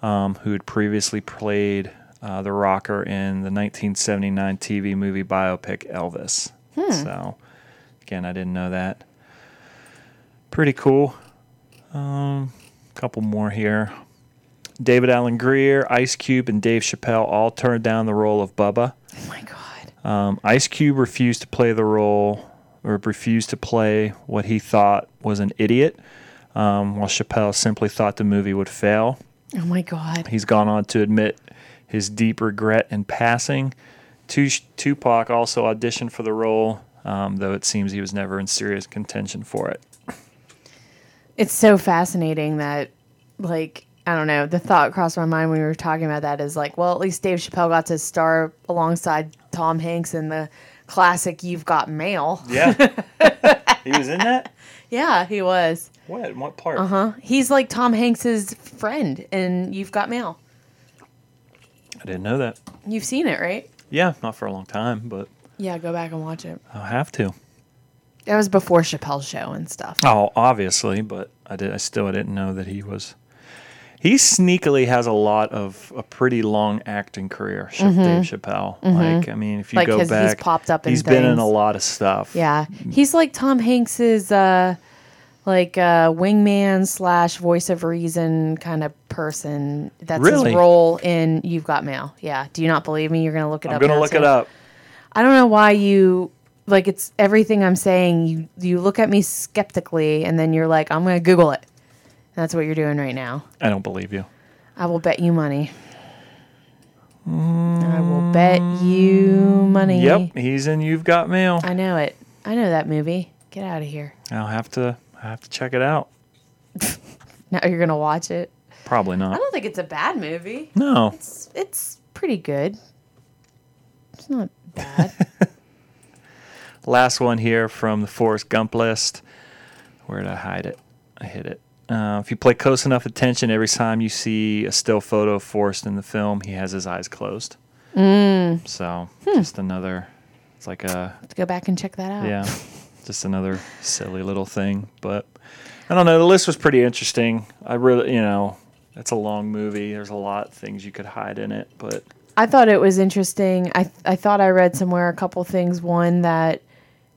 S1: um, who had previously played uh, the rocker in the 1979 TV movie biopic Elvis.
S2: Hmm.
S1: So, again, I didn't know that. Pretty cool. A couple more here. David Allen Greer, Ice Cube, and Dave Chappelle all turned down the role of Bubba.
S2: oh my god.
S1: Um, Ice Cube refused to play the role or refused to play what he thought was an idiot, um, while Chappelle simply thought the movie would fail.
S2: Oh my God.
S1: He's gone on to admit his deep regret in passing. Tu- Tupac also auditioned for the role, um, though it seems he was never in serious contention for it.
S2: It's so fascinating that, like, I don't know, the thought crossed my mind when we were talking about that is like, well, at least Dave Chappelle got to star alongside Tom Hanks in the classic You've Got Mail.
S1: Yeah. he was in that?
S2: Yeah, he was.
S1: What? In what part?
S2: Huh? He's like Tom Hanks's friend in You've Got Mail.
S1: I didn't know that.
S2: You've seen it, right?
S1: Yeah, not for a long time, but
S2: Yeah, go back and watch it.
S1: I'll have to.
S2: That was before Chappelle's show and stuff.
S1: Oh, obviously, but I did. I still didn't know that he was. He sneakily has a lot of a pretty long acting career. Ch- Dave Chappelle. Like, I mean, if you
S2: Mm-hmm. Like,
S1: go
S2: his- he's
S1: back,
S2: popped up in
S1: he's been in
S2: things.
S1: a lot of stuff.
S2: Yeah,
S1: Mm-hmm.
S2: he's like Tom Hanks's uh, like uh, wingman slash voice of reason kind of person. That's
S1: Really?
S2: his role in You've Got Mail. Yeah. Do you not believe me? You're gonna look it
S1: I'm
S2: up.
S1: gonna
S2: now,
S1: look
S2: too.
S1: it up.
S2: I don't know why you like it's everything I'm saying. You you look at me skeptically, and then you're like, I'm gonna Google it. And that's what you're doing right now.
S1: I don't believe you.
S2: I will bet you money. I will bet you money.
S1: Yep, he's in. You've got mail.
S2: I know it. I know that movie. Get out of here.
S1: I'll have to. I have to check it out.
S2: Now you're gonna watch it.
S1: Probably not.
S2: I don't think it's a bad movie.
S1: No.
S2: It's it's pretty good. It's not bad.
S1: Last one here from the Forrest Gump list. Where did I hide it? I hid it. Uh, if you play close enough attention, every time you see a still photo of Forrest in the film, he has his eyes closed. Mm. So
S2: Hmm.
S1: just another. It's like a
S2: Let's go back and check that out.
S1: yeah, just another silly little thing. But I don't know. The list was pretty interesting. I really, you know, it's a long movie. There's a lot of things you could hide in it, but
S2: I thought it was interesting. I I thought I read somewhere a couple things. One that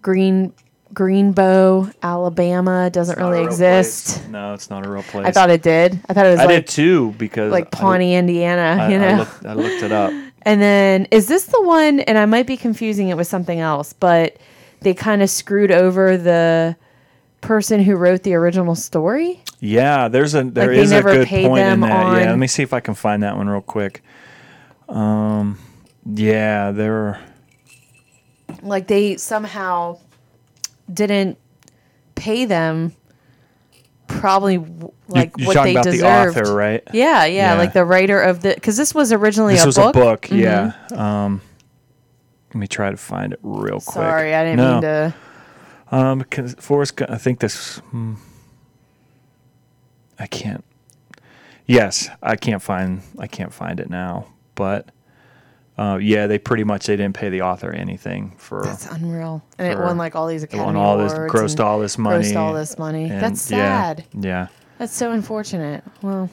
S2: Green Greenbow, Alabama doesn't really exist.
S1: No, it's not a real place.
S2: I thought it did. I thought it was
S1: I
S2: like
S1: did too because
S2: like
S1: I-
S2: Pawnee, Indiana.
S1: I,
S2: you know.
S1: I, looked, I looked it up.
S2: And then is this the one? And I might be confusing it with something else, but they kind of screwed over the person who wrote the original story.
S1: Yeah, there's a there
S2: Like, they
S1: is a
S2: never
S1: good
S2: paid
S1: point in
S2: them
S1: that.
S2: on-
S1: Yeah, let me see if I can find that one real quick. Um, yeah, there. Are,
S2: Like they somehow didn't pay them probably w- like
S1: you, you're
S2: what
S1: talking
S2: they
S1: about
S2: deserved.
S1: the author, right?
S2: Yeah, yeah,
S1: Yeah.
S2: like the writer of the because this was originally
S1: This
S2: a
S1: was
S2: book. Mm-hmm.
S1: a book. Yeah. Um, let me try to find it real quick.
S2: Sorry, I didn't
S1: no,
S2: mean to.
S1: Um, 'cause Forrest, Gu- I think this. Hmm, I can't. Yes, I can't find. I can't find it now. But uh, yeah, they pretty much they didn't pay the author anything for
S2: That's unreal, and
S1: For-
S2: it won like all these
S1: They
S2: Academy
S1: won all this,
S2: Awards
S1: grossed
S2: and
S1: all this money.
S2: grossed all this money.
S1: and-
S2: That's
S1: yeah,
S2: sad.
S1: Yeah,
S2: That's so unfortunate. Well,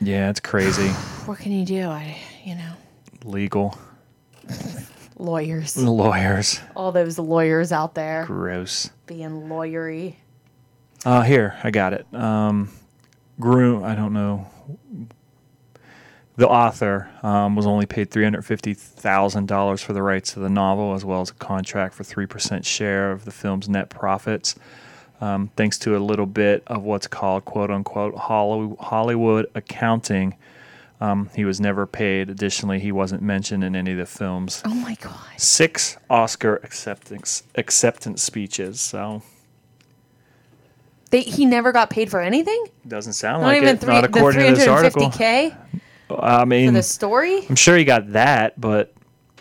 S1: yeah, it's crazy.
S2: what can you do? I, you know,
S1: Legal
S2: lawyers.
S1: lawyers,
S2: All those lawyers out there
S1: gross.
S2: being lawyery.
S1: Uh, here I got it. Um, groom. I don't know. The author um, was only paid three hundred fifty thousand dollars for the rights to the novel, as well as a contract for three percent share of the film's net profits. Um, thanks to a little bit of what's called "quote unquote" Holly- Hollywood accounting, um, he was never paid. Additionally, he wasn't mentioned in any of the film's
S2: Oh my god.
S1: six Oscar acceptance acceptance speeches. So
S2: They he never got paid for anything.
S1: doesn't sound
S2: Not
S1: like
S2: even
S1: it.
S2: three.
S1: not
S2: The
S1: according
S2: three
S1: to this
S2: hundred
S1: article.
S2: fifty k
S1: I
S2: for
S1: mean,
S2: the story.
S1: I'm sure he got that, but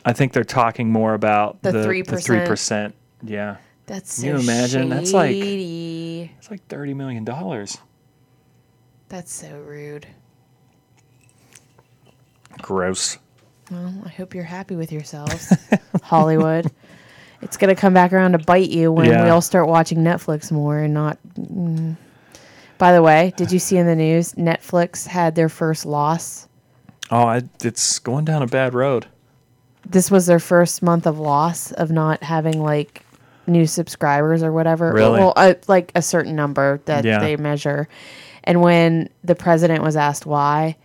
S1: I think they're talking more about
S2: The
S1: the three
S2: 3%.
S1: percent. Yeah,
S2: That's so
S1: Can you imagine? That's like-
S2: shady.
S1: it's like thirty million dollars.
S2: That's so rude.
S1: Gross.
S2: Well, I hope you're happy with yourselves, Hollywood. It's gonna come back around to bite you when
S1: Yeah.
S2: we all start watching Netflix more and not. mm. By the way, did you see in the news Netflix had their first loss?
S1: Oh, I, it's going down a bad road.
S2: This was their first month of loss of not having like new subscribers or whatever.
S1: Really?
S2: Well, uh, like a certain number that
S1: Yeah.
S2: they measure. And when the president was asked why,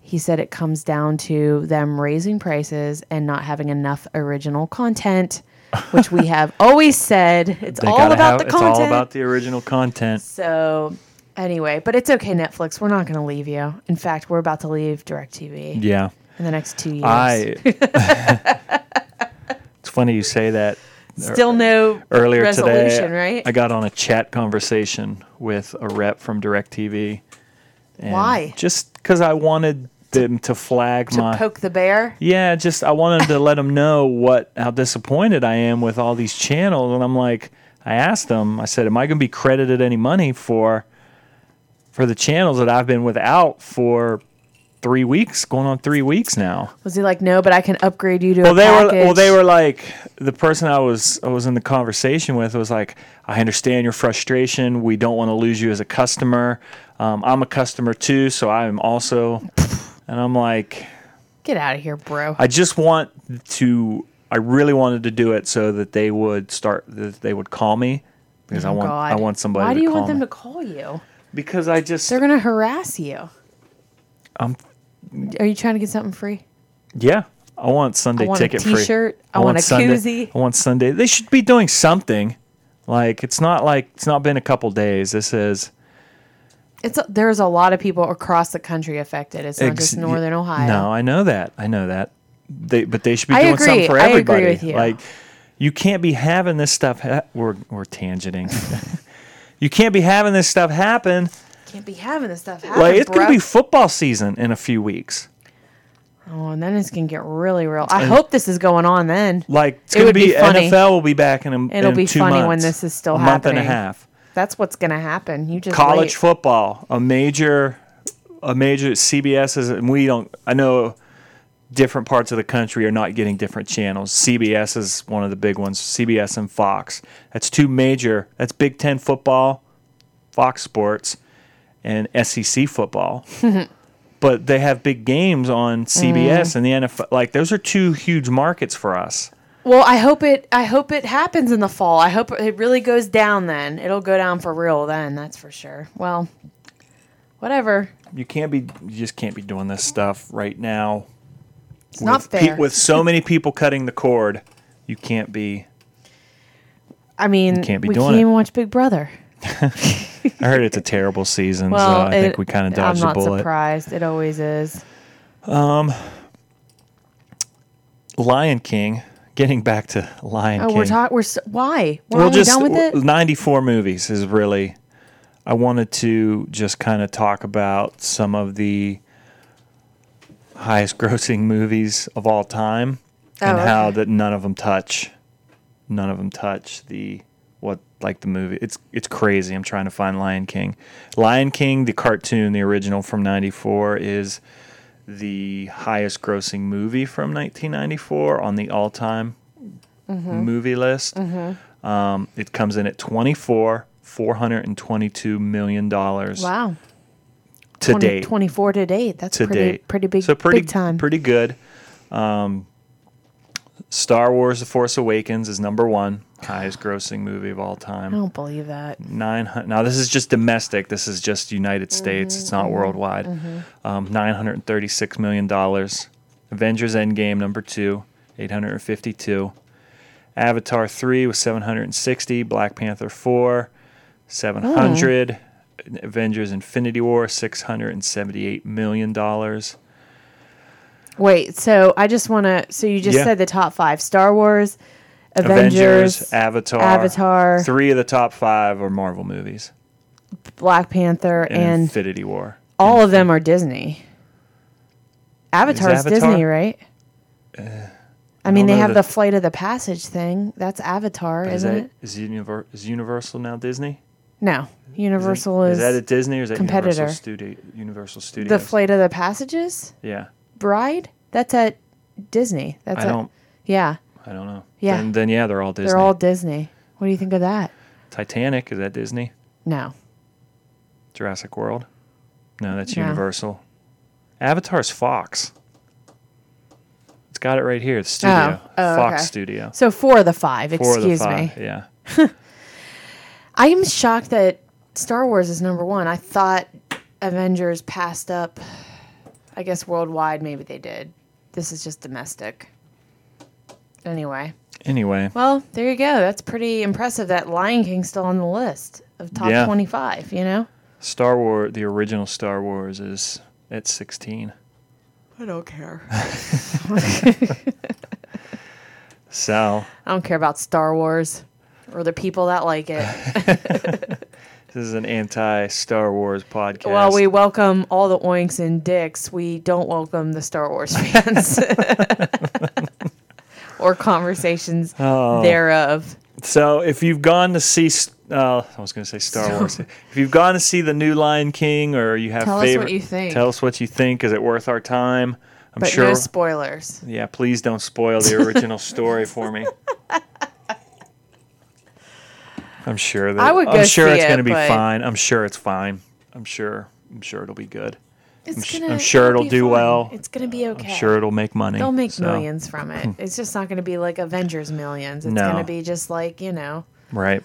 S2: He said it comes down to them raising prices and not having enough original content, which we have always said it's
S1: They
S2: all
S1: gotta
S2: about
S1: have-
S2: the content.
S1: It's all about the original content.
S2: so anyway, but it's okay, Netflix. We're not going to leave you. In fact, we're about to leave DirecTV
S1: Yeah.
S2: in the next two years.
S1: I. it's funny you say that.
S2: Still no
S1: Earlier
S2: resolution,
S1: today,
S2: right?
S1: I got on a chat conversation with a rep from Directv. And
S2: Why?
S1: Just because I wanted them to flag
S2: to
S1: my.
S2: poke the bear.
S1: Yeah, just I wanted to let them know what how disappointed I am with all these channels, and I'm like, I asked them, I said, am I going to be credited any money for for the channels that I've been without for three weeks, going on three weeks now?
S2: Was he like, no, but I can upgrade you to
S1: Well,
S2: a
S1: they
S2: package.
S1: were well, they were like the person I was I was in the conversation with was like, I understand your frustration. We don't want to lose you as a customer. Um, I'm a customer too, so I'm also, and I'm like.
S2: Get out of here, bro.
S1: I just want to. I really wanted to do it so that they would start. That they would call me because I want. I want somebody.
S2: Oh Why
S1: to
S2: do you
S1: call
S2: want them
S1: me.
S2: to call you?
S1: Because I just.
S2: They're gonna harass you.
S1: Um,
S2: Are you trying to get something free?
S1: yeah, I want Sunday
S2: I want a
S1: ticket
S2: t-shirt.
S1: free.
S2: I want a
S1: Sunday,
S2: koozie.
S1: I want Sunday. They should be doing something. Like it's not like it's not been a couple days. This is
S2: It's a, there's a lot of people across the country affected. It's not
S1: ex-
S2: just Northern Ohio.
S1: No, I know that. I know that. They but they should be
S2: I
S1: doing
S2: agree.
S1: something for
S2: I agree
S1: everybody.
S2: with you.
S1: Like you can't be having this stuff. Ha- we're we're tangenting. you can't be having this stuff happen.
S2: Can't be having this stuff happen.
S1: Like it's
S2: bro.
S1: gonna be football season in a few weeks.
S2: oh, and then it's gonna get really real. I hope this is going on then.
S1: Like it's
S2: It
S1: gonna
S2: would
S1: be,
S2: be funny.
S1: NFL will be back in a
S2: It'll
S1: in
S2: be
S1: two
S2: funny when
S1: months,
S2: this is still
S1: a month and a
S2: happening.
S1: half.
S2: That's what's gonna happen. You just
S1: College
S2: wait.
S1: football, a major, a major CBS is, and we don't. I know different parts of the country are not getting different channels. CBS is one of the big ones. CBS and Fox. That's two major. That's Big Ten football, Fox Sports, and SEC football. but they have big games on CBS and the NFL. Like those are two huge markets for us.
S2: Well, I hope it. I hope it happens in the fall. I hope it really goes down. Then it'll go down for real. Then that's for sure. Well, whatever.
S1: You can't be. You just can't be doing this stuff right now.
S2: It's not
S1: with, pe-
S2: fair.
S1: with so many people cutting the cord, you can't be.
S2: I mean,
S1: can't be
S2: we
S1: doing
S2: can't
S1: it.
S2: even watch Big Brother.
S1: I heard it's a terrible season,
S2: Well,
S1: so I think
S2: it-
S1: we kind of dodged
S2: I'm
S1: a
S2: not
S1: bullet.
S2: surprised. It always is.
S1: Lion King. Getting back to Lion
S2: Oh,
S1: King.
S2: we're talking. We're s why? Why
S1: We'll
S2: are we
S1: just
S2: done with it?
S1: 94 movies is really. I wanted to just kind of talk about some of the highest grossing movies of all time and
S2: Oh,
S1: how
S2: okay.
S1: that none of them touch none of them touch the what like the movie it's it's crazy i'm trying to find lion king lion king the cartoon the original from 94 is the highest grossing movie from 1994 on the all-time
S2: Mm-hmm.
S1: movie list um, it comes in at 24 422 million dollars
S2: Wow,
S1: to
S2: 20
S1: date
S2: twenty-four to date. That's
S1: to
S2: pretty,
S1: date.
S2: pretty big.
S1: So pretty
S2: big time.
S1: pretty good. Um, Star Wars: The Force Awakens is number one highest grossing movie of all time.
S2: I don't believe that.
S1: Nine hundred. Now this is just domestic. This is just United States. It's not
S2: Mm-hmm.
S1: worldwide. Um, Nine hundred thirty-six million dollars. Avengers: Endgame number two, eight hundred fifty-two. Avatar three was seven hundred and sixty. Black Panther four, seven
S2: Hmm.
S1: hundred. Avengers: Infinity War six hundred and seventy-eight million dollars.
S2: Wait. So I just want to. So you just
S1: Yeah.
S2: said the top five: Star Wars,
S1: Avengers,
S2: Avengers,
S1: Avatar,
S2: Avatar.
S1: Three of the top five are Marvel movies,
S2: Black Panther,
S1: and,
S2: and
S1: Infinity War.
S2: All of them are Disney. Avatar's
S1: Avatar- Eh,
S2: Disney, right? I
S1: don't
S2: mean, they
S1: know
S2: have the
S1: that-
S2: Flight of the Passage thing. That's Avatar,
S1: Is
S2: isn't
S1: that
S2: it?
S1: is, Univer- is Universal now Disney?
S2: No, Universal
S1: is
S2: is,
S1: that at Disney or is that
S2: competitor.
S1: Universal, Studio- Universal Studios?
S2: the Flight of the Passages
S1: Yeah,
S2: ride. That's at Disney. That's
S1: I
S2: at,
S1: don't,
S2: Yeah,
S1: I don't know.
S2: Yeah.
S1: then, then yeah, they're all Disney.
S2: they're all Disney. What do you think of that?
S1: Titanic is that Disney?
S2: No,
S1: Jurassic World? No, that's
S2: No.
S1: Universal. Avatar's Fox. It's got it right here. The studio,
S2: Oh, oh,
S1: Fox
S2: okay.
S1: Studio.
S2: so four of the five.
S1: Four of the
S2: excuse me.
S1: five, Yeah.
S2: I am shocked that Star Wars is number one. I thought Avengers passed up I guess worldwide, maybe they did. This is just domestic. Anyway,
S1: Anyway,
S2: well, there you go. That's pretty impressive that Lion King's still on the list of top
S1: Yeah.
S2: 25, you know?
S1: Star Wars, the original Star Wars, is at 16.
S2: I don't care.
S1: So
S2: I don't care about Star Wars or the people that like it.
S1: this is an anti-Star Wars podcast.
S2: While we welcome all the oinks and dicks, we don't welcome the Star Wars fans or conversations thereof.
S1: So if you've gone to see, uh, I was going to say Star Wars. If you've gone to see the new Lion King, or you have
S2: Tell us what
S1: favorite,
S2: you think.
S1: Tell us what you think. Is it worth our time? I'm
S2: But
S1: sure.
S2: no spoilers.
S1: yeah, please don't spoil the original story for me. I'm sure that
S2: I would go
S1: I'm sure
S2: see
S1: it's
S2: it,
S1: going to be
S2: but-
S1: fine. I'm sure it's fine. I'm sure. I'm sure it'll be good.
S2: It's
S1: sh- I'm sure it'll
S2: be
S1: do
S2: fun.
S1: well.
S2: It's gonna be okay.
S1: I'm sure it'll make money.
S2: They'll make
S1: so-
S2: millions from it. It's just not gonna be like Avengers millions. It's
S1: No.
S2: gonna be just like you know.
S1: Right.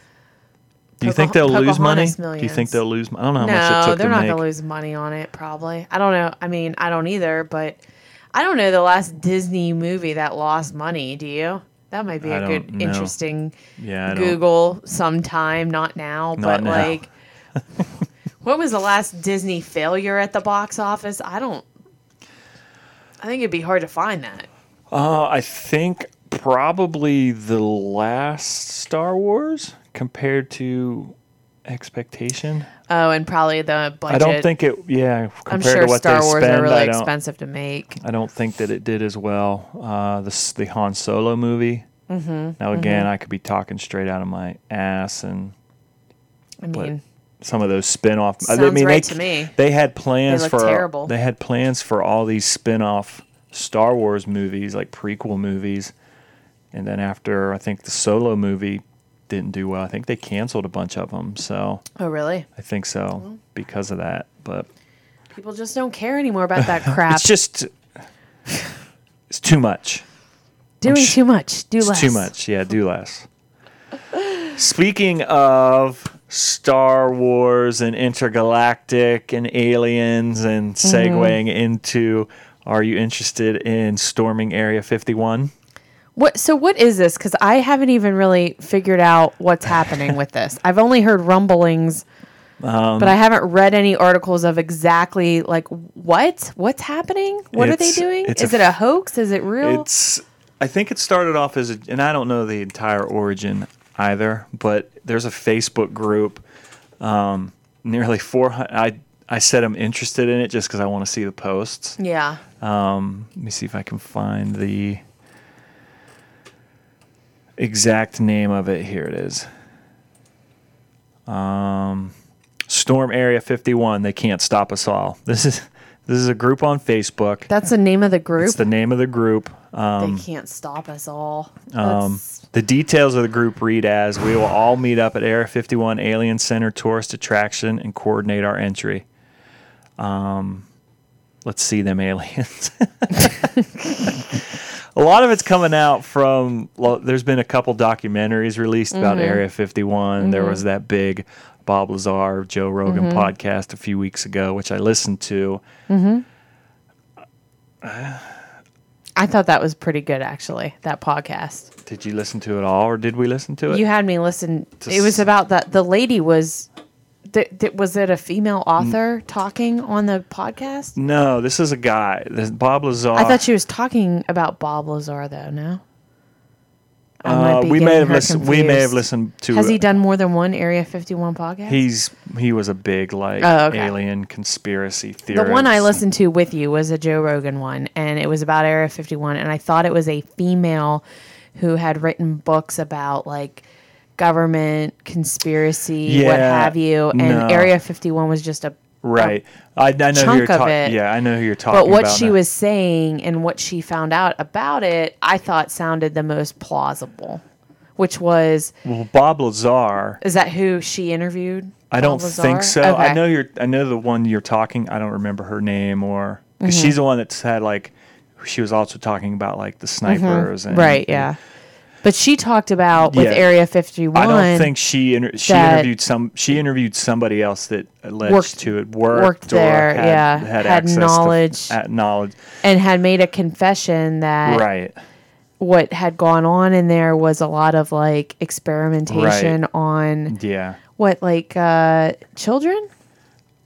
S1: Do you think they'll
S2: Pocahontas
S1: lose money? Do you
S2: millions.
S1: think they'll lose? mo- I don't know how much it
S2: No,
S1: took
S2: they're
S1: to
S2: not
S1: make.
S2: gonna lose money on it. Probably. I don't know. I mean, I don't either. But I don't know the last Disney movie that lost money. Do you? That might be
S1: I
S2: a
S1: don't
S2: good,
S1: know.
S2: interesting.
S1: yeah, I don't-
S2: Google sometime, not now, but
S1: now.
S2: like what was the last Disney failure at the box office? I don't I think it'd be hard to find that.
S1: Uh, I think probably the last Star Wars compared to expectation.
S2: Oh, and probably the budget.
S1: I don't think it. Yeah,
S2: I'm
S1: compared
S2: sure
S1: to what
S2: Star
S1: they
S2: Wars
S1: spend,
S2: are really
S1: I don't.
S2: expensive to make.
S1: I don't think that it did as well. Uh, this the Han Solo movie. Mm-hmm, now again, I could be talking straight out of my ass, and
S2: I mean,
S1: some of those spin-off I
S2: Sounds
S1: mean,
S2: right
S1: they,
S2: to me.
S1: they had plans
S2: They look
S1: for
S2: terrible.
S1: they had plans for all these spin-off Star Wars movies like prequel movies and then after I think the Solo movie didn't do well I think they canceled a bunch of them so
S2: oh really?
S1: I think so because of that but
S2: People just don't care anymore about that crap.
S1: it's just it's too much
S2: Doing
S1: sh-
S2: too much. Do
S1: It's
S2: less.
S1: too much. Yeah, do less. Speaking of Star Wars and intergalactic and aliens and
S2: Mm-hmm.
S1: segueing into are you interested in storming Area 51?
S2: What so what is this? Because I haven't even really figured out what's happening with this. I've only heard rumblings,
S1: Um,
S2: but I haven't read any articles of exactly like what what's happening. What are they
S1: It's-
S2: doing?
S1: it's
S2: Is
S1: a-
S2: it a hoax? Is it real?
S1: It's I think it started off as a and I don't know the entire origin either, but there's a Facebook group um nearly 400 I I said I'm interested in it just cuz I want to see the posts.
S2: yeah.
S1: Um, let me see if I can find the exact name of it. Here it is. Um, Storm Area 51. They can't stop us all. This is this is a group on Facebook.
S2: That's the name of the group.
S1: It's the name of the group. Um,
S2: they can't stop us all.
S1: um,
S2: That's-
S1: the details of the group read as we will all meet up at Area 51 Alien Center tourist attraction and coordinate our entry. Um, let's see them aliens. a lot of it's coming out from. Well, there's been a couple documentaries released about
S2: Mm-hmm.
S1: Area 51. There was that big Bob Lazar Joe Rogan
S2: Mm-hmm.
S1: podcast a few weeks ago, which I listened to.
S2: I thought that was pretty good actually. That podcast.
S1: Did you listen to it all, or did we listen to it?
S2: You had me listen.
S1: To
S2: It
S1: s-
S2: was about that. The lady was. Th- th- was it a female
S1: Mm.
S2: author talking on the podcast?
S1: no, this is a guy. This Bob Lazar.
S2: I thought she was talking about Bob Lazar, though. No, I might
S1: Uh,
S2: be
S1: we may
S2: getting
S1: have
S2: her
S1: listened. We may
S2: confused.
S1: have listened to.
S2: Has he done more than one Area Fifty One podcast?
S1: He's he was a big like
S2: Oh, okay.
S1: alien conspiracy
S2: the
S1: theorist.
S2: one I listened to with you was a Joe Rogan one, and it was about Area Fifty One, and I thought it was a female who had written books about like government conspiracy, what
S1: Yeah,
S2: have you, and
S1: no.
S2: Area Fifty One was just a
S1: Right. I, I know who
S2: chunk
S1: you're
S2: of
S1: talking.
S2: it.
S1: Yeah, I know who you're talking.
S2: But what
S1: about
S2: she
S1: now.
S2: was saying and what she found out about it, I thought sounded the most plausible, which was
S1: Well, Bob Lazar.
S2: Is that who she interviewed?
S1: I don't
S2: Bob Lazar?
S1: think so.
S2: Okay.
S1: I know you're. I know the one you're talking. I don't remember her name or because
S2: Mm-hmm.
S1: she's the one that said like she was also talking about like the snipers and
S2: Mm-hmm. Right, yeah. But she talked about with
S1: Yeah.
S2: Area 51.
S1: I don't think she inter- she
S2: that-
S1: interviewed some she interviewed somebody else that alleged
S2: Worked-
S1: to it worked,
S2: worked
S1: or
S2: there,
S1: had,
S2: yeah,
S1: had,
S2: had
S1: access to-
S2: knowledge.
S1: at knowledge
S2: and had made a confession that
S1: right
S2: what had gone on in there was a lot of like experimentation on
S1: yeah
S2: what like uh children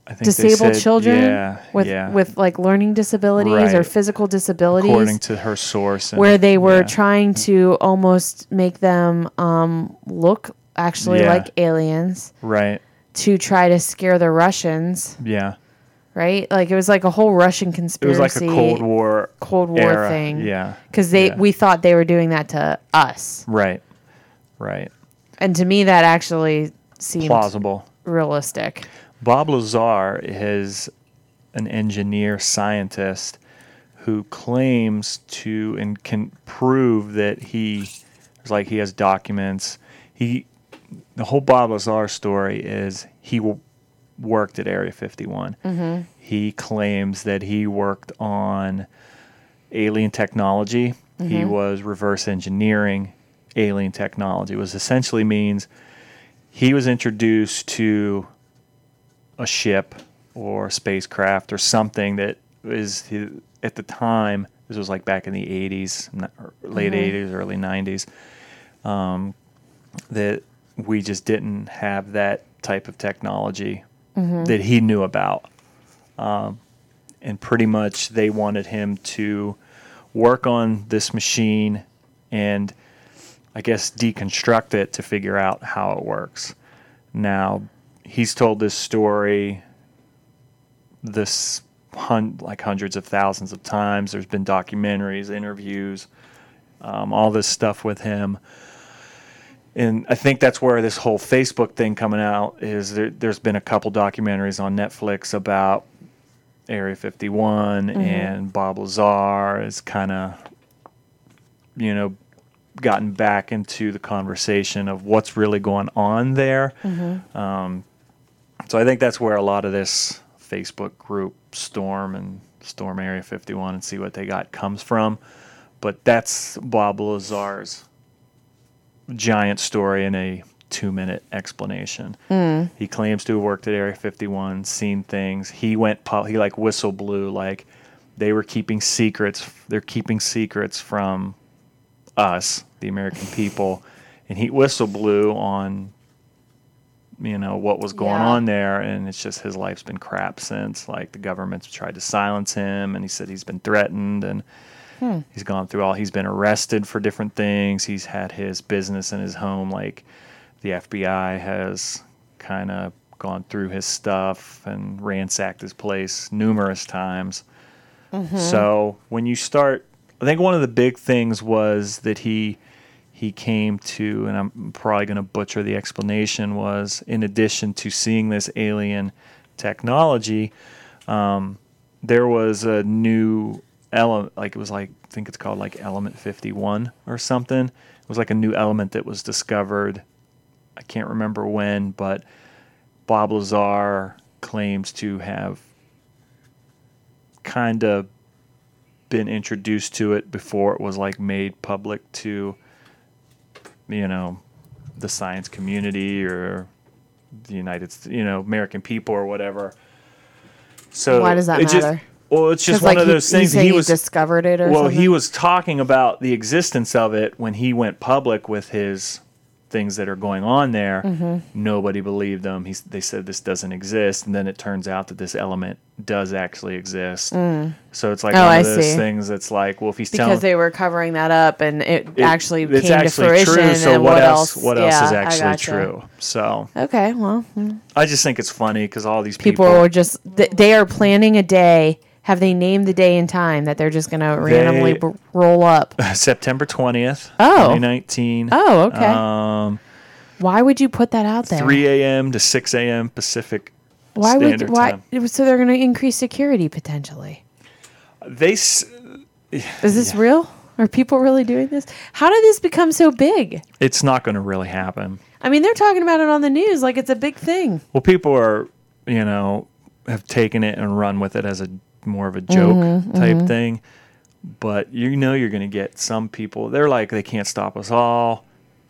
S1: I think they
S2: disabled
S1: said-
S2: children
S1: yeah
S2: with
S1: yeah
S2: with like learning disabilities or
S1: Right.
S2: physical disabilities
S1: according to her source and-
S2: where they were
S1: yeah.
S2: trying to almost make them um look actually
S1: Yeah.
S2: like aliens
S1: right
S2: to try to scare the Russians,
S1: yeah
S2: right? Like it was like a whole Russian
S1: it
S2: conspiracy
S1: was like a Cold War
S2: Cold War
S1: era.
S2: thing.
S1: yeah
S2: Cuz they
S1: Yeah.
S2: we thought they were doing that to us.
S1: right right
S2: And to me that actually seemed
S1: plausible
S2: realistic.
S1: Bob Lazar is an engineer scientist who claims to and can prove that he it's like he has documents. He the whole Bob Lazar story is he w- worked at Area 51. He claims that he worked on alien technology. He was reverse engineering alien technology, which essentially means he was introduced to a ship or spacecraft or something that is hi- at the time this was like back in the 80s n- or late 80s early 90s um, that we just didn't have that type of technology that he knew about um, and pretty much they wanted him to work on this machine and i guess deconstruct it to figure out how it works now he's told this story this hun- like hundreds of thousands of times there's been documentaries interviews um, all this stuff with him and i think that's where this whole facebook thing coming out is there, there's been a couple documentaries on netflix about area 51 and bob lazar is kind of you know gotten back into the conversation of what's really going on there so I think that's where a lot of this Facebook group Storm and Storm Area 51 and see what they got comes from. But that's Bob Lazar's giant story in a two minute explanation. He claims to have worked at Area 51, seen things. He went, pu- he like whistle blew, like they were keeping secrets. They're keeping secrets from us, the American people. And he whistle blew on you know what was going
S2: Yeah.
S1: on there and it's just his life's been crap since like the government's tried to silence him and he said he's been threatened and he's gone through all he's been arrested for different things he's had his business and his home like the FBI has kind of gone through his stuff and ransacked his place numerous times so when you start, I think one of the big things was that he he came to, and I'm probably going to butcher the explanation. Was in addition to seeing this alien technology, um, there was a new element. Like it was like I think it's called like Element 51 or something. It was like a new element that was discovered. I can't remember when, but Bob Lazar claims to have kind of been introduced to it before it was like made public to you know the science community or the United States, you know American people or whatever. So
S2: Why does that
S1: it just-
S2: matter?
S1: well, it's just
S2: 'Cause,
S1: one
S2: like,
S1: of
S2: he-
S1: those
S2: you
S1: things.
S2: say
S1: He was
S2: discovered it or
S1: well,
S2: something.
S1: he was talking about the existence of it when he went public with his things that are going on there.
S2: Mm-hmm.
S1: Nobody believed him. He's, they said this doesn't exist, and then it turns out that this element does actually exist. So it's like
S2: Oh,
S1: one
S2: I
S1: of those
S2: see.
S1: things that's like, well, if he's
S2: because
S1: telling,
S2: they were covering that up and it,
S1: it-
S2: actually
S1: it's
S2: came
S1: actually
S2: to fruition
S1: true. So
S2: and
S1: what else? What else is
S2: Yeah, I
S1: actually
S2: gotcha.
S1: true? So
S2: Okay, well,
S1: I just think it's funny because all these
S2: people
S1: people,
S2: are just th- they are planning a day. Have they named the day and time that they're just going to randomly
S1: They-
S2: b- roll up?
S1: September twentieth,
S2: Oh.
S1: twenty nineteen.
S2: Oh, okay.
S1: Um,
S2: why would you put that out there?
S1: 3 a.m. to 6 a.m. Pacific
S2: why
S1: Standard
S2: would why?
S1: Time.
S2: So they're going to increase security potentially.
S1: They s-
S2: Is this real? Are people really doing this? How did this become so big?
S1: it's not going to really happen.
S2: I mean, they're talking about it on the news like it's a big thing.
S1: Well, people are, you
S2: Mm-hmm,
S1: know, have taken it and run with it as a more of a joke type thing. But you know you're going to get some people. They're like they can't stop us all.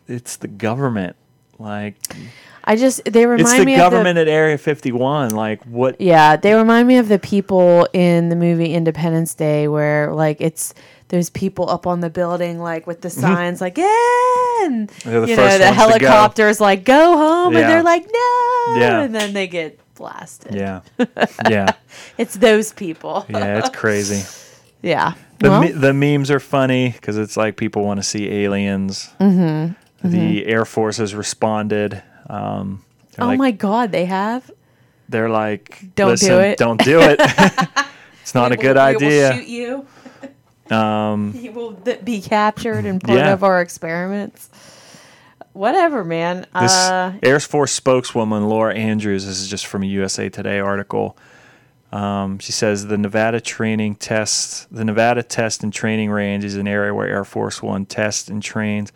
S1: It's the government. Like
S2: I just they remind
S1: it's the
S2: me of the
S1: government at Area 51. Like what?
S2: Yeah, they remind me of the people in the movie Independence Day where like it's there's people up on the building like with the signs like yeah and
S1: Mm-hmm. They're the
S2: you
S1: first
S2: know the
S1: ones to go.
S2: helicopters like go home
S1: Yeah.
S2: and they're like no
S1: Yeah.
S2: and then they get blasted.
S1: Yeah, yeah,
S2: It's those people.
S1: yeah. It's crazy.
S2: Yeah.
S1: The,
S2: well,
S1: me- the memes are funny because it's like people want to see aliens. Mm-hmm. The
S2: mm-hmm.
S1: Air Force has responded. Um, they're
S2: oh
S1: like,
S2: my god, they have
S1: They're like,
S2: Don't do
S1: "Listen,
S2: it."
S1: Don't do it. it's not a good idea.
S2: He will shoot you.
S1: Um,
S2: He will th- be captured and part
S1: Yeah.
S2: of our experiments. Whatever, man.
S1: this
S2: uh,
S1: Air Force spokeswoman Laura Andrews this is just from a USA Today article. Um, she says the Nevada training tests, the Nevada test and training range is an area where Air Force One tests and trains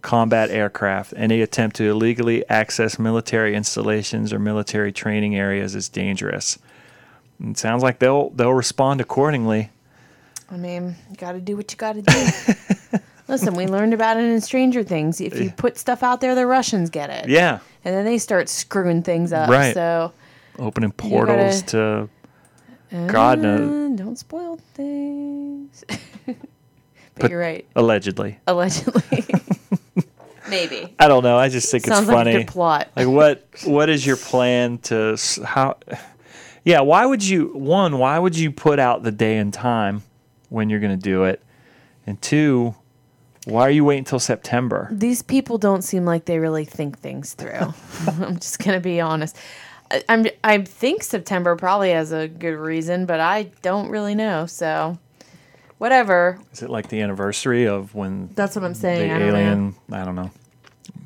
S1: combat aircraft. Any attempt to illegally access military installations or military training areas is dangerous. And it sounds like they'll they'll respond accordingly.
S2: I mean, you got to do what you got to do. Listen, we learned about it in Stranger Things. If you put stuff out there, the Russians get it.
S1: Yeah,
S2: And then they start screwing things up.
S1: Right.
S2: So,
S1: opening portals to God knows,
S2: uh, don't spoil things. but,
S1: But-
S2: you're right.
S1: allegedly.
S2: Allegedly. Maybe.
S1: I don't know. I just think
S2: Sounds
S1: it's funny.
S2: like a good plot.
S1: like what what is your plan to s- how yeah why would you one why would you put out the day and time when you're going to do it and two why are you waiting till september
S2: These people don't seem like they really think things through. I'm just gonna be honest. I, I'm I think September probably has a good reason, but I don't really know. So, whatever.
S1: is it like the anniversary of when
S2: That's what I'm
S1: the
S2: saying. I don't, know.
S1: alien i don't know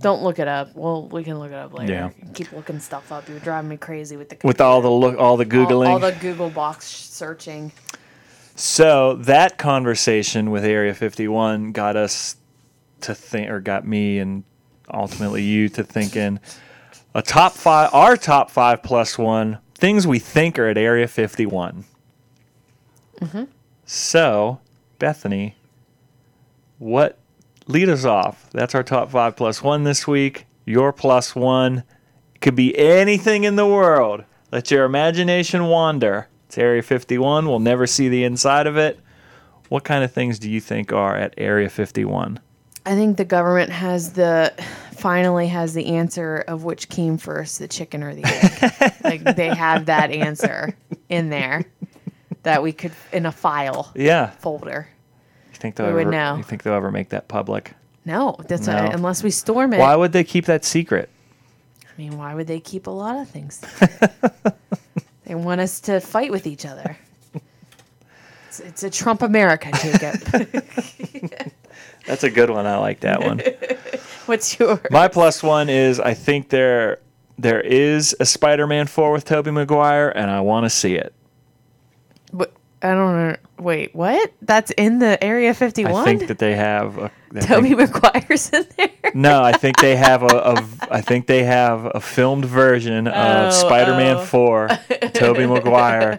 S2: don't look it up. Well, we can look it up later.
S1: Yeah.
S2: You Keep looking stuff up. You're driving me crazy with the
S1: with all the look all the
S2: all-
S1: googling
S2: all the Google box searching.
S1: So that conversation with Area 51 got us to think, or got me and ultimately you to thinking a top five, our top five plus one things we think are at Area 51. So, Bethany, what lead us off? That's our top five plus one this week. Your plus one could be anything in the world. Let your imagination wander. It's Area 51. We'll never see the inside of it. What kind of things do you think are at Area 51?
S2: I think the government has the finally has the answer of which came first, the chicken or the egg. like they have that answer in there that we could in a file
S1: Yeah.
S2: folder.
S1: You think they'll
S2: We would
S1: ever,
S2: know.
S1: You think they'll ever make that public?
S2: No, that's
S1: No.
S2: What, unless we storm it.
S1: Why would they keep that secret?
S2: I mean, why would they keep a lot of things? they want us to fight with each other. It's, it's a Trump America, Jacob.
S1: That's a good one. I like that one.
S2: What's yours?
S1: My plus one is I think there there is a Spider-Man 4 with Tobey Maguire and I want to see it.
S2: What- I don't know. Wait, what? That's in the Area 51?
S1: I think that they have a I think-
S2: Toby McGuire's in there.
S1: No, I think they have a, a v- I think they have a filmed version of
S2: Oh,
S1: Spider-Man
S2: oh.
S1: 4, Tobey Maguire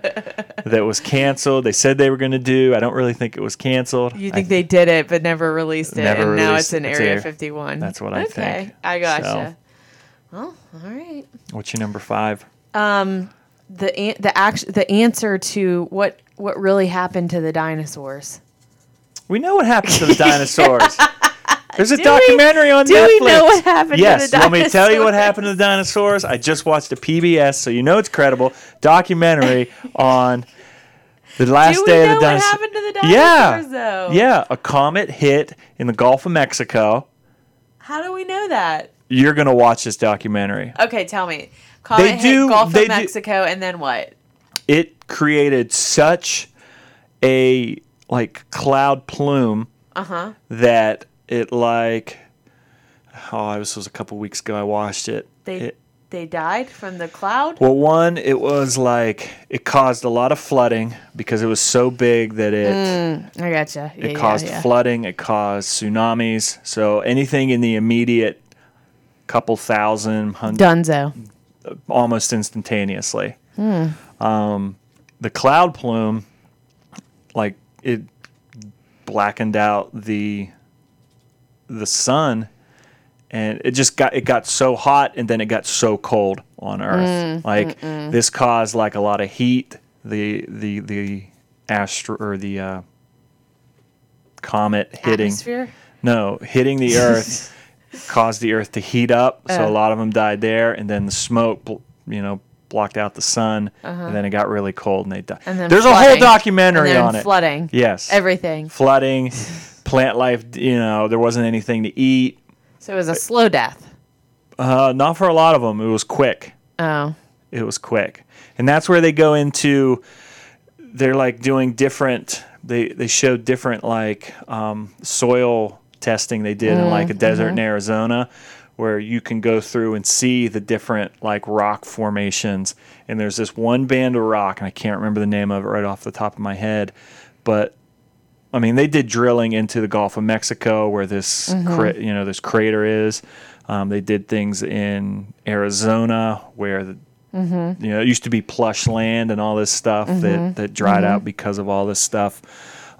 S1: that was canceled. They said they were going to do. I don't really think it was canceled.
S2: You
S1: I
S2: think they did it, but never released it,
S1: Never
S2: and now
S1: released
S2: it's in
S1: it. It's
S2: Area
S1: here.
S2: 51.
S1: That's what I
S2: okay,
S1: think.
S2: I gotcha.
S1: So-
S2: Well, all right.
S1: What's your number 5?
S2: The an- the act- the answer to what what really happened to the dinosaurs.
S1: We know what happened to the dinosaurs. There's a
S2: Do we-
S1: documentary on
S2: do
S1: Netflix.
S2: we know what happened to
S1: yes.
S2: the
S1: you want me to tell you what
S2: dinosaurs?
S1: happened to the dinosaurs? I just watched a PBS, so you know it's credible documentary on the last
S2: Do we
S1: day of
S2: know what
S1: the dinosaurs.
S2: happened to the
S1: yeah,
S2: dinosaurs, though?
S1: yeah. A comet hit in the Gulf of Mexico.
S2: How do we know that?
S1: You're gonna watch this documentary.
S2: Okay, tell me. Comet
S1: They
S2: hit
S1: do-
S2: Gulf
S1: they
S2: of
S1: do-
S2: Mexico, and then what?
S1: It created such a like cloud plume
S2: Uh huh.
S1: that it like oh this was a couple weeks ago i watched it
S2: They
S1: It-
S2: they died from the cloud.
S1: well one it was like it caused a lot of flooding because it was so big that it
S2: I gotcha. Mm, Yeah,
S1: it
S2: yeah,
S1: caused
S2: yeah.
S1: flooding it caused tsunamis so anything in the immediate couple thousand hundred
S2: Dunzo.
S1: almost instantaneously. Um, the cloud plume, like it blackened out the the sun and it just got it got so hot and then it got so cold on earth like this caused like a lot of heat the the the astro or the uh, comet hitting
S2: Atmosphere.
S1: no hitting the earth caused the earth to heat up so
S2: Uh.
S1: a lot of them died there and then the smoke bl- you know blocked out the sun and then it got really cold and they died
S2: Uh-huh. And then
S1: there's a whole
S2: flooding.
S1: documentary
S2: And then
S1: on it
S2: flooding.
S1: yes
S2: Everything.
S1: flooding plant life you know there wasn't anything to eat
S2: So it was a slow death.
S1: uh, not for a lot of them it was quick
S2: Oh.
S1: it was quick and that's where they go into they're like doing different they they show different like um, soil testing they did in like a desert in arizona where you can go through and see the different like rock formations and there's this one band of rock and i can't remember the name of it right off the top of my head but I mean, they did drilling into the Gulf of Mexico, where this cra- you know this crater is. Um, they did things in Arizona, where the, you know it used to be plush land and all this stuff that that dried out because of all this stuff.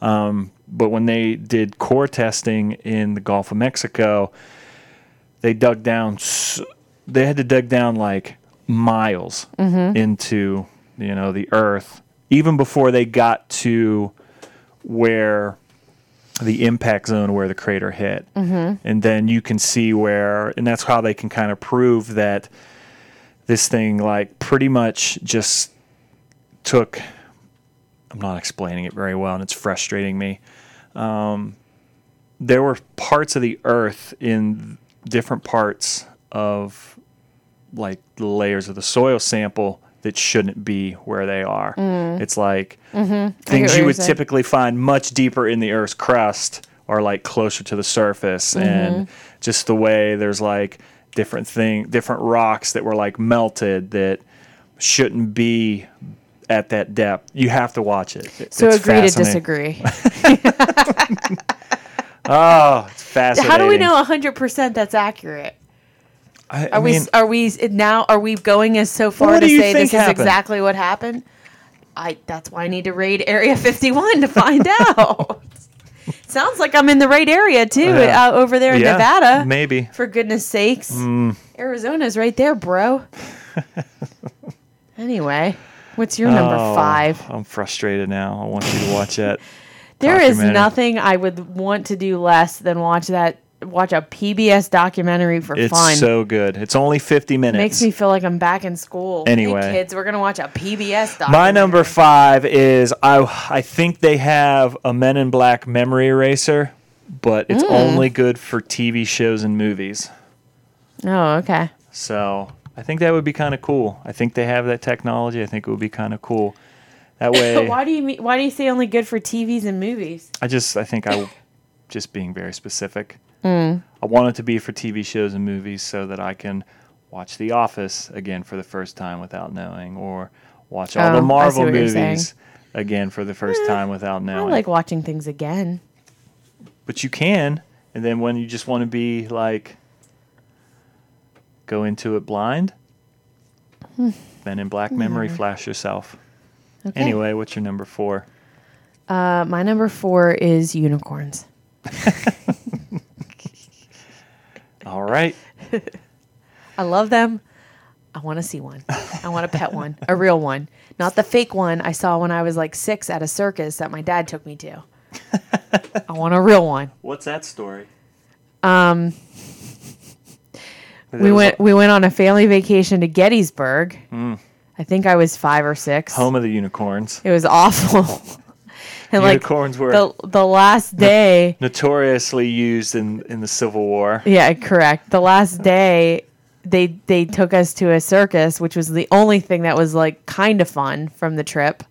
S1: Um, but when they did core testing in the Gulf of Mexico, they dug down. s they had to dig down like miles into you know the earth, even before they got to where the impact zone where the crater hit and then you can see where and that's how they can kind of prove that this thing like pretty much just took i'm not explaining it very well and it's frustrating me um, there were parts of the earth in different parts of like the layers of the soil sample that shouldn't be where they are
S2: Mm.
S1: it's like
S2: Mm-hmm. what
S1: things
S2: you're
S1: you would
S2: saying.
S1: typically find much deeper in the Earth's crust are like closer to the surface,
S2: Mm-hmm.
S1: and just the way there's like different thing, different rocks that were like melted that shouldn't be at that depth. You have to watch it. It-
S2: So
S1: it's
S2: agree to
S1: fascinating.
S2: disagree.
S1: Oh, it's fascinating.
S2: How do we know 100% that's accurate?
S1: I, I
S2: Are we
S1: mean,
S2: are we now are we going as so far
S1: what
S2: to
S1: do you
S2: say
S1: think
S2: this
S1: happened?
S2: is exactly what happened? I that's why I need to raid Area 51 to find out. Sounds like I'm in the right area too
S1: Yeah.
S2: uh, over there in
S1: yeah, Mm.
S2: Nevada.
S1: Maybe.
S2: For goodness sakes. Arizona's right there, bro. anyway, what's your number
S1: Oh,
S2: 5?
S1: I'm frustrated now. I want you to watch that.
S2: There is
S1: documentary.
S2: nothing I would want to do less than watch that watch a PBS documentary for
S1: It's
S2: fun.
S1: so good. It's only 50 minutes.
S2: Makes me feel like I'm back in school. Hey,
S1: Anyway.
S2: kids, we're gonna watch a PBS documentary.
S1: My number five is I. I think they have a Men in Black memory eraser, but
S2: Hmm.
S1: it's only good for TV shows and movies.
S2: Oh, okay.
S1: So I think that would be kind of cool. I think they have that technology. I think it would be kind of cool. That way,
S2: why do you mean, why do you say only good for TVs and movies?
S1: I just I think I, just being very specific.
S2: Hmm.
S1: I want it to be for TV shows and movies so that I can watch The Office again for the first time without knowing, or watch all
S2: Oh, I
S1: the
S2: see
S1: Marvel
S2: what you're saying. Eh,
S1: movies again for the first time without
S2: I
S1: knowing.
S2: like watching things again.
S1: but you can. And then when you just want to be like, go into it blind, then in black memory, flash yourself.
S2: Hmm. Okay.
S1: Anyway, what's your number four?
S2: Uh, my number four is unicorns.
S1: All right.
S2: I love them. I want to see one. I want to pet one, a real one, not the fake one I saw when I was like six at a circus that my dad took me to. I want a real one.
S1: What's that story?
S2: Um, we went we went on a family vacation to Gettysburg. I think I was five or six.
S1: Hmm. Home of the Unicorns.
S2: It was awful. and
S1: Unicorns were-
S2: like the the last day.
S1: Notoriously used in, in the Civil War.
S2: yeah, correct. The last day they they took us to a circus, which was the only thing that was like kind of fun from the trip.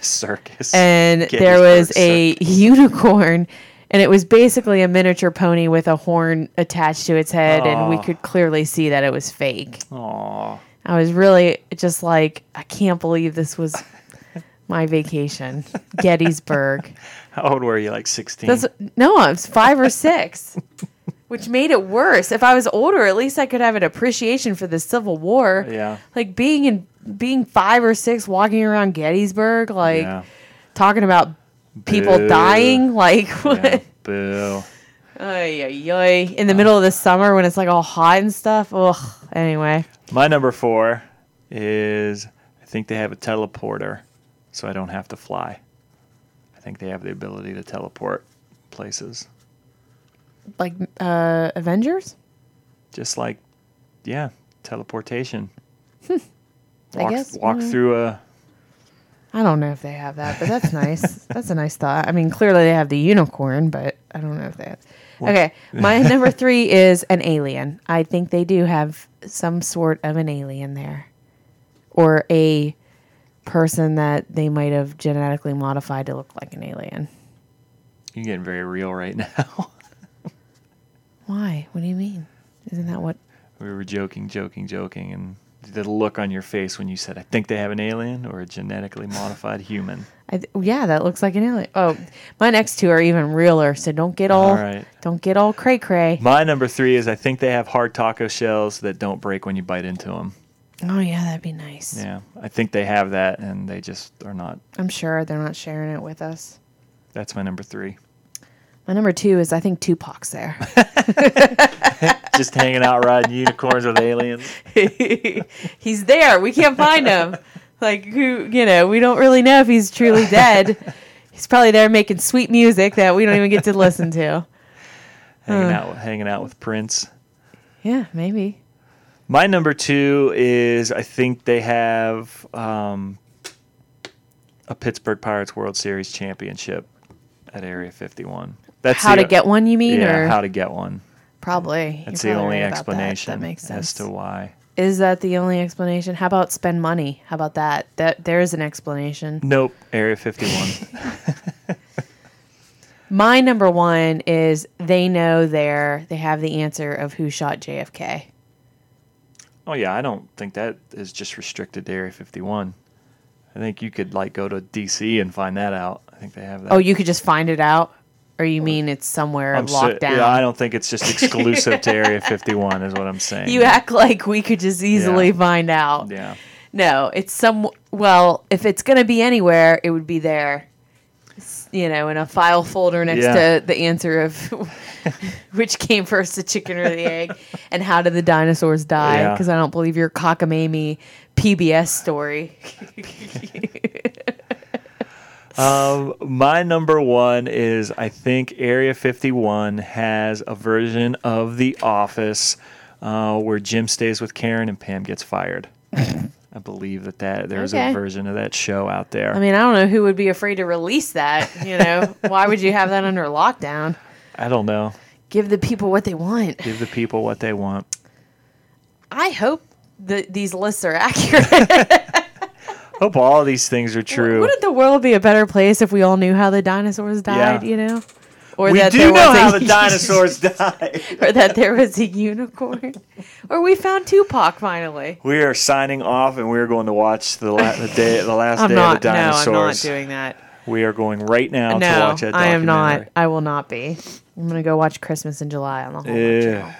S1: Circus.
S2: And there
S1: Gettysburg
S2: was a unicorn and it was basically a miniature pony with a horn attached to its head and we
S1: Aw.
S2: could clearly see that it was fake.
S1: Aw.
S2: I was really just like I can't believe this was my vacation. Gettysburg.
S1: How old were you? Like 16?
S2: That's no, I was five or six, which made it worse. If I was older, at least I could have an appreciation for the Civil War.
S1: Yeah.
S2: like being in being five or six, walking around Gettysburg, like
S1: Yeah.
S2: talking about people
S1: Boo.
S2: dying. Like, what?
S1: Yeah, boo.
S2: Ay, ay, ay. In the middle of the summer when it's like all hot and stuff. Ugh. Anyway.
S1: My number four is I think they have a teleporter, so I don't have to fly. I think they have the ability to teleport places,
S2: Like uh Avengers?
S1: just like, yeah, teleportation.
S2: Hmm. I
S1: walk
S2: guess,
S1: walk
S2: yeah.
S1: through a
S2: I don't know if they have that, but that's nice. that's a nice thought. I mean, clearly they have the unicorn, but I don't know if they have. Okay. My number three is an alien. I think they do have some sort of an alien there. Or a person that they might have genetically modified to look like an alien.
S1: You're getting very real right now.
S2: Why? What do you mean? Isn't that what
S1: we were joking, joking, joking, and the look on your face when you said, "I think they have an alien or a genetically modified human."
S2: I th- yeah, that looks like an alien. Oh, my next two are even realer, so don't get all,
S1: All
S2: all
S1: right.
S2: don't get all cray cray.
S1: My number three is I think they have hard taco shells that don't break when you bite into them.
S2: Oh yeah, that'd be nice.
S1: Yeah, I think they have that, and they just are not.
S2: I'm sure they're not sharing it with us.
S1: That's my number three.
S2: My number two is I think Tupac's there.
S1: Just hanging out riding unicorns with aliens.
S2: he's there. We can't find him. Like who you know, we don't really know if he's truly dead. He's probably there making sweet music that we don't even get to listen to.
S1: Hanging out, hanging out with Prince.
S2: Yeah, maybe.
S1: My number two is I think they have um, a Pittsburgh Pirates World Series championship at Area 51. That's
S2: how
S1: the-
S2: to get one, you mean?
S1: yeah,
S2: or
S1: how to get one.
S2: probably.
S1: That's
S2: You're
S1: the
S2: probably
S1: only
S2: right about that.
S1: explanation
S2: That, makes sense.
S1: as to why.
S2: Is that the only explanation? How about spend money? How about that? That there is an explanation.
S1: Nope, Area 51.
S2: My number one is they know their they have the answer of who shot JFK.
S1: oh yeah, I don't think that is just restricted to Area 51. I think you could like go to DC and find that out. I think they have that.
S2: Oh, you could just find it out, or you mean it's somewhere
S1: I'm so-
S2: locked down?
S1: Yeah, I don't think it's just exclusive to Area 51 is what I'm saying.
S2: you act like we could just easily
S1: Yeah.
S2: find out.
S1: yeah.
S2: No, it's some. Well, if it's gonna be anywhere, it would be there. It's, You know, in a file folder next
S1: Yeah.
S2: to the answer of which came first, the chicken or the egg, and how did the dinosaurs die?
S1: Yeah.
S2: Because I don't believe your cockamamie PBS story.
S1: Um, my number one is I think Area 51 has a version of The Office uh, where Jim stays with Karen and Pam gets fired. I believe that, that there's
S2: Okay.
S1: a version of that show out there.
S2: I mean, I don't know who would be afraid to release that. You know, why would you have that under lockdown?
S1: I don't know.
S2: Give the people what they want.
S1: Give the people what they want.
S2: I hope that these lists are accurate.
S1: Hope all these things are true.
S2: Wouldn't the world be a better place if we all knew how the dinosaurs died?
S1: Yeah.
S2: You know, or
S1: we
S2: there
S1: do know
S2: was a-
S1: how the dinosaurs died.
S2: or that there was a unicorn, or we found Tupac finally.
S1: We are signing off, and we're going to watch the, la- the day, the last
S2: I'm
S1: day
S2: not.
S1: of the
S2: No, I'm not
S1: dinosaurs.
S2: doing that.
S1: we are going right now to
S2: no,
S1: watch that.
S2: I am not.
S1: documentary.
S2: I will not be. I'm gonna go watch Christmas in July on the whole
S1: Ew.
S2: channel.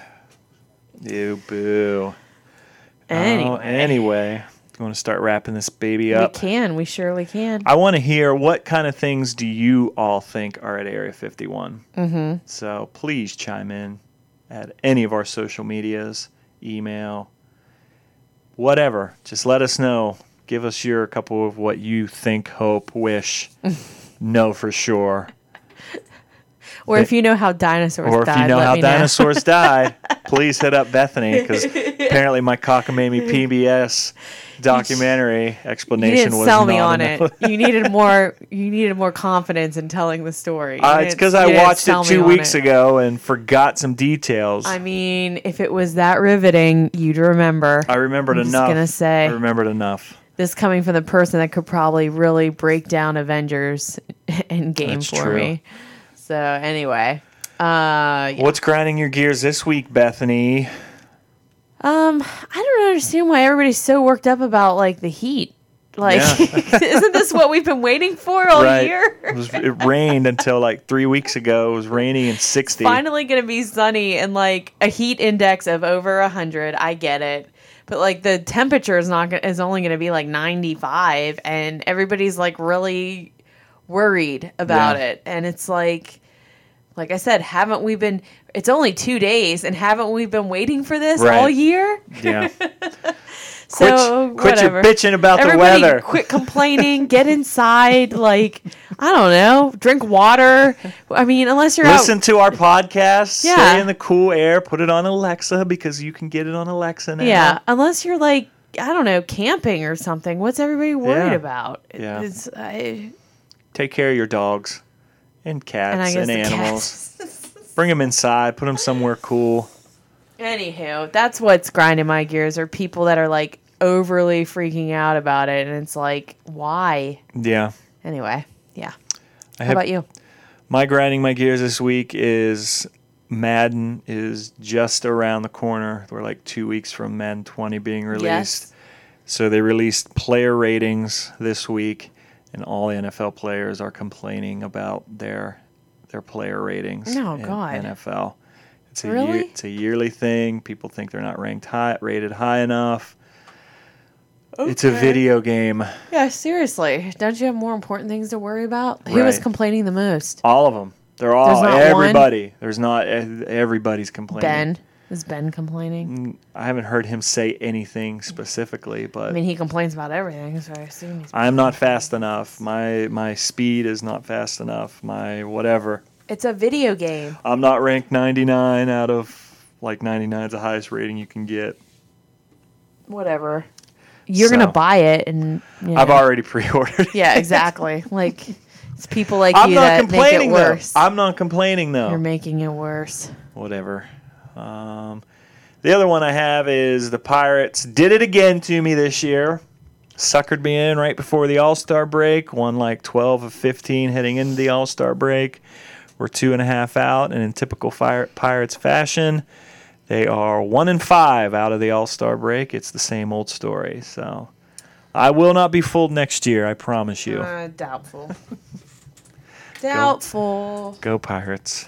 S1: Ew, boo. Oh,
S2: Anyway,
S1: anyway, you want to start wrapping this baby
S2: we
S1: up?
S2: can. We surely can.
S1: uh, I want to hear what kind of things do you all think are at Area 51? Mm-hmm. So please chime in at any of our social medias, email, whatever. Just let us know. Give us your couple of what you think, hope, wish, know for sure.
S2: Or if you know how dinosaurs
S1: Or if
S2: died,
S1: you know
S2: let
S1: how
S2: me
S1: dinosaurs died, please hit up Bethany because apparently my cockamamie PBS documentary
S2: know. You
S1: explanation
S2: didn't
S1: was
S2: sell me
S1: not
S2: on
S1: enough.
S2: it. You needed more. You needed more confidence in telling the story. You
S1: Uh, it's
S2: didn't-
S1: because
S2: you
S1: I
S2: didn't
S1: watched
S2: sell
S1: it
S2: me
S1: two
S2: on
S1: weeks
S2: it.
S1: ago and forgot some details.
S2: I
S1: i
S2: mean, if it was that riveting, you'd remember.
S1: remembered
S2: I'm just
S1: enough.
S2: gonna say-
S1: I remembered enough.
S2: this coming from the person that could probably really break down Avengers Endgame
S1: That's
S2: for
S1: true.
S2: me. So anyway, uh, yeah.
S1: What's grinding your gears this week, Bethany?
S2: um, I don't understand why everybody's so worked up about like the heat. Like,
S1: Yeah.
S2: isn't this what we've been waiting for all year?
S1: It, was, it rained until like three weeks ago. It was raining and sixty.
S2: finally gonna be sunny and like a heat index of over 100 i get it but like the temperature is not gonna is only gonna be like 95 and everybody's like really worried about
S1: Yeah.
S2: it. And it's like, like I said, haven't we been? It's only two days, and haven't we been waiting for this
S1: Right.
S2: all year?
S1: Yeah. quit
S2: So
S1: quit your
S2: whatever.
S1: bitching about
S2: Everybody
S1: the weather.
S2: quit complaining. Get inside. Like I don't know. Drink water. I mean, unless you're
S1: Listen
S2: out.
S1: to our podcast.
S2: Yeah.
S1: Stay in the cool air. Put it on Alexa because you can get it on Alexa now.
S2: Yeah, unless you're like I don't know, camping or something. What's everybody worried
S1: Yeah.
S2: about?
S1: Yeah.
S2: It's, I,
S1: Take care of your dogs and
S2: and I
S1: cats and,
S2: guess the
S1: animals.
S2: cats.
S1: Bring them inside. Put them somewhere cool.
S2: Anywho, that's what's grinding my gears are people that are like overly freaking out about it, and it's like why?
S1: Yeah.
S2: Anyway, yeah.
S1: I
S2: How
S1: have
S2: about you?
S1: my grinding my gears this week is Madden is just around the corner. We're like two weeks from Madden 20 being released.
S2: Yes.
S1: So they released player ratings this week, and all the NFL players are complaining about their their player ratings.
S2: No,
S1: in
S2: God.
S1: NFL. It's a
S2: Really?
S1: year, it's a yearly thing. People think they're not ranked high, rated high enough. It's a
S2: Okay.
S1: video game.
S2: Yeah, seriously. Don't you have more important things to worry about? Who was
S1: Right.
S2: complaining the most?
S1: All of them. They're all
S2: There's not one?
S1: everybody. There's not e, everybody's complaining.
S2: Ben. Is Ben complaining?
S1: Mm, I haven't heard him say anything specifically, but
S2: I mean, he complains about everything, so I assume he's.
S1: I'm not fast enough. My my speed is not fast enough. My whatever.
S2: It's a video game.
S1: I'm not ranked 99 out of like 99 is the highest rating you can get.
S2: Whatever. You're
S1: So.
S2: gonna buy it, and you know.
S1: I've already pre-ordered. it.
S2: Yeah, exactly. like it's people like
S1: I'm
S2: you
S1: not
S2: that make it
S1: complaining though.
S2: worse.
S1: I'm not complaining though.
S2: You're making it worse.
S1: whatever. Um, the other one I have is the Pirates did it again to me this year. Suckered me in right before the All Star break. Won like 12 of 15 heading into the All Star break. We're two and a half out, and in typical fire, Pirates fashion, they are one and five out of the All Star break. It's the same old story. So I will not be fooled next year. I promise you.
S2: Uh, doubtful. doubtful.
S1: Go Pirates.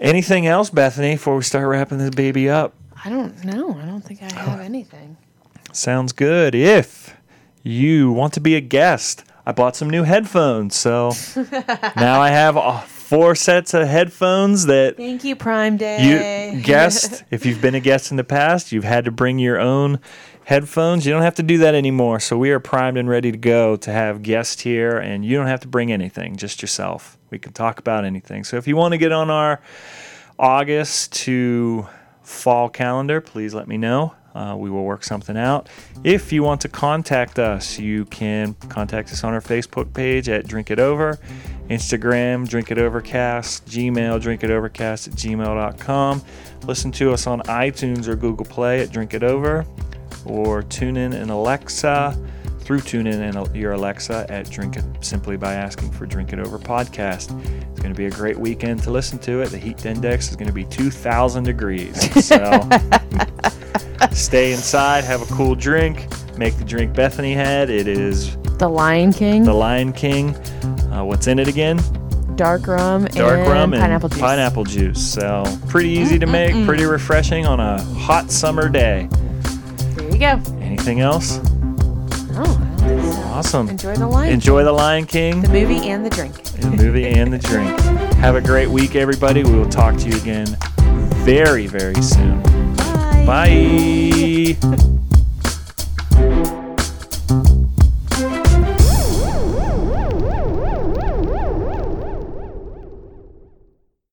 S1: Anything else, Bethany, before we start wrapping this baby up?
S2: I don't know. I don't
S1: Oh.
S2: think I have anything.
S1: Sounds good. If you want to be a guest, I bought some new headphones. So now I have uh, four sets of headphones that
S2: Thank you, Prime Day.
S1: you guest, if you've been a guest in the past, you've had to bring your own headphones. You don't have to do that anymore. So we are primed and ready to go to have guests here, and you don't have to bring anything, just yourself. We can talk about anything. So if you want to get on our August to fall calendar, please let me know. Uh, we will work something out. If you want to contact us, you can contact us on our Facebook page at Drink It Over, Instagram, Drink It Overcast, Gmail, Drink It Overcast at gmail.com. Listen to us on iTunes or Google Play at Drink It Over, or tune in and Alexa through TuneIn and your Alexa at Drink It simply by asking for Drink It Over podcast. It's going to be a great weekend to listen to it. The heat index is going to be 2,000 degrees. So stay inside, have a cool drink, make the drink Bethany had. It is
S2: the Lion King,
S1: the Lion King. Uh, what's in it again?
S2: dark rum,
S1: Dark
S2: and
S1: rum and
S2: pineapple juice.
S1: pineapple juice. So pretty easy to make, pretty refreshing on a hot summer day.
S2: There you go.
S1: Anything else?
S2: Oh, I don't think so.
S1: Awesome.
S2: enjoy the Lion,
S1: Enjoy the Lion King.
S2: the movie, and the drink.
S1: the movie and the drink. Have a great week, everybody. We will talk to you again very, very soon. Bye.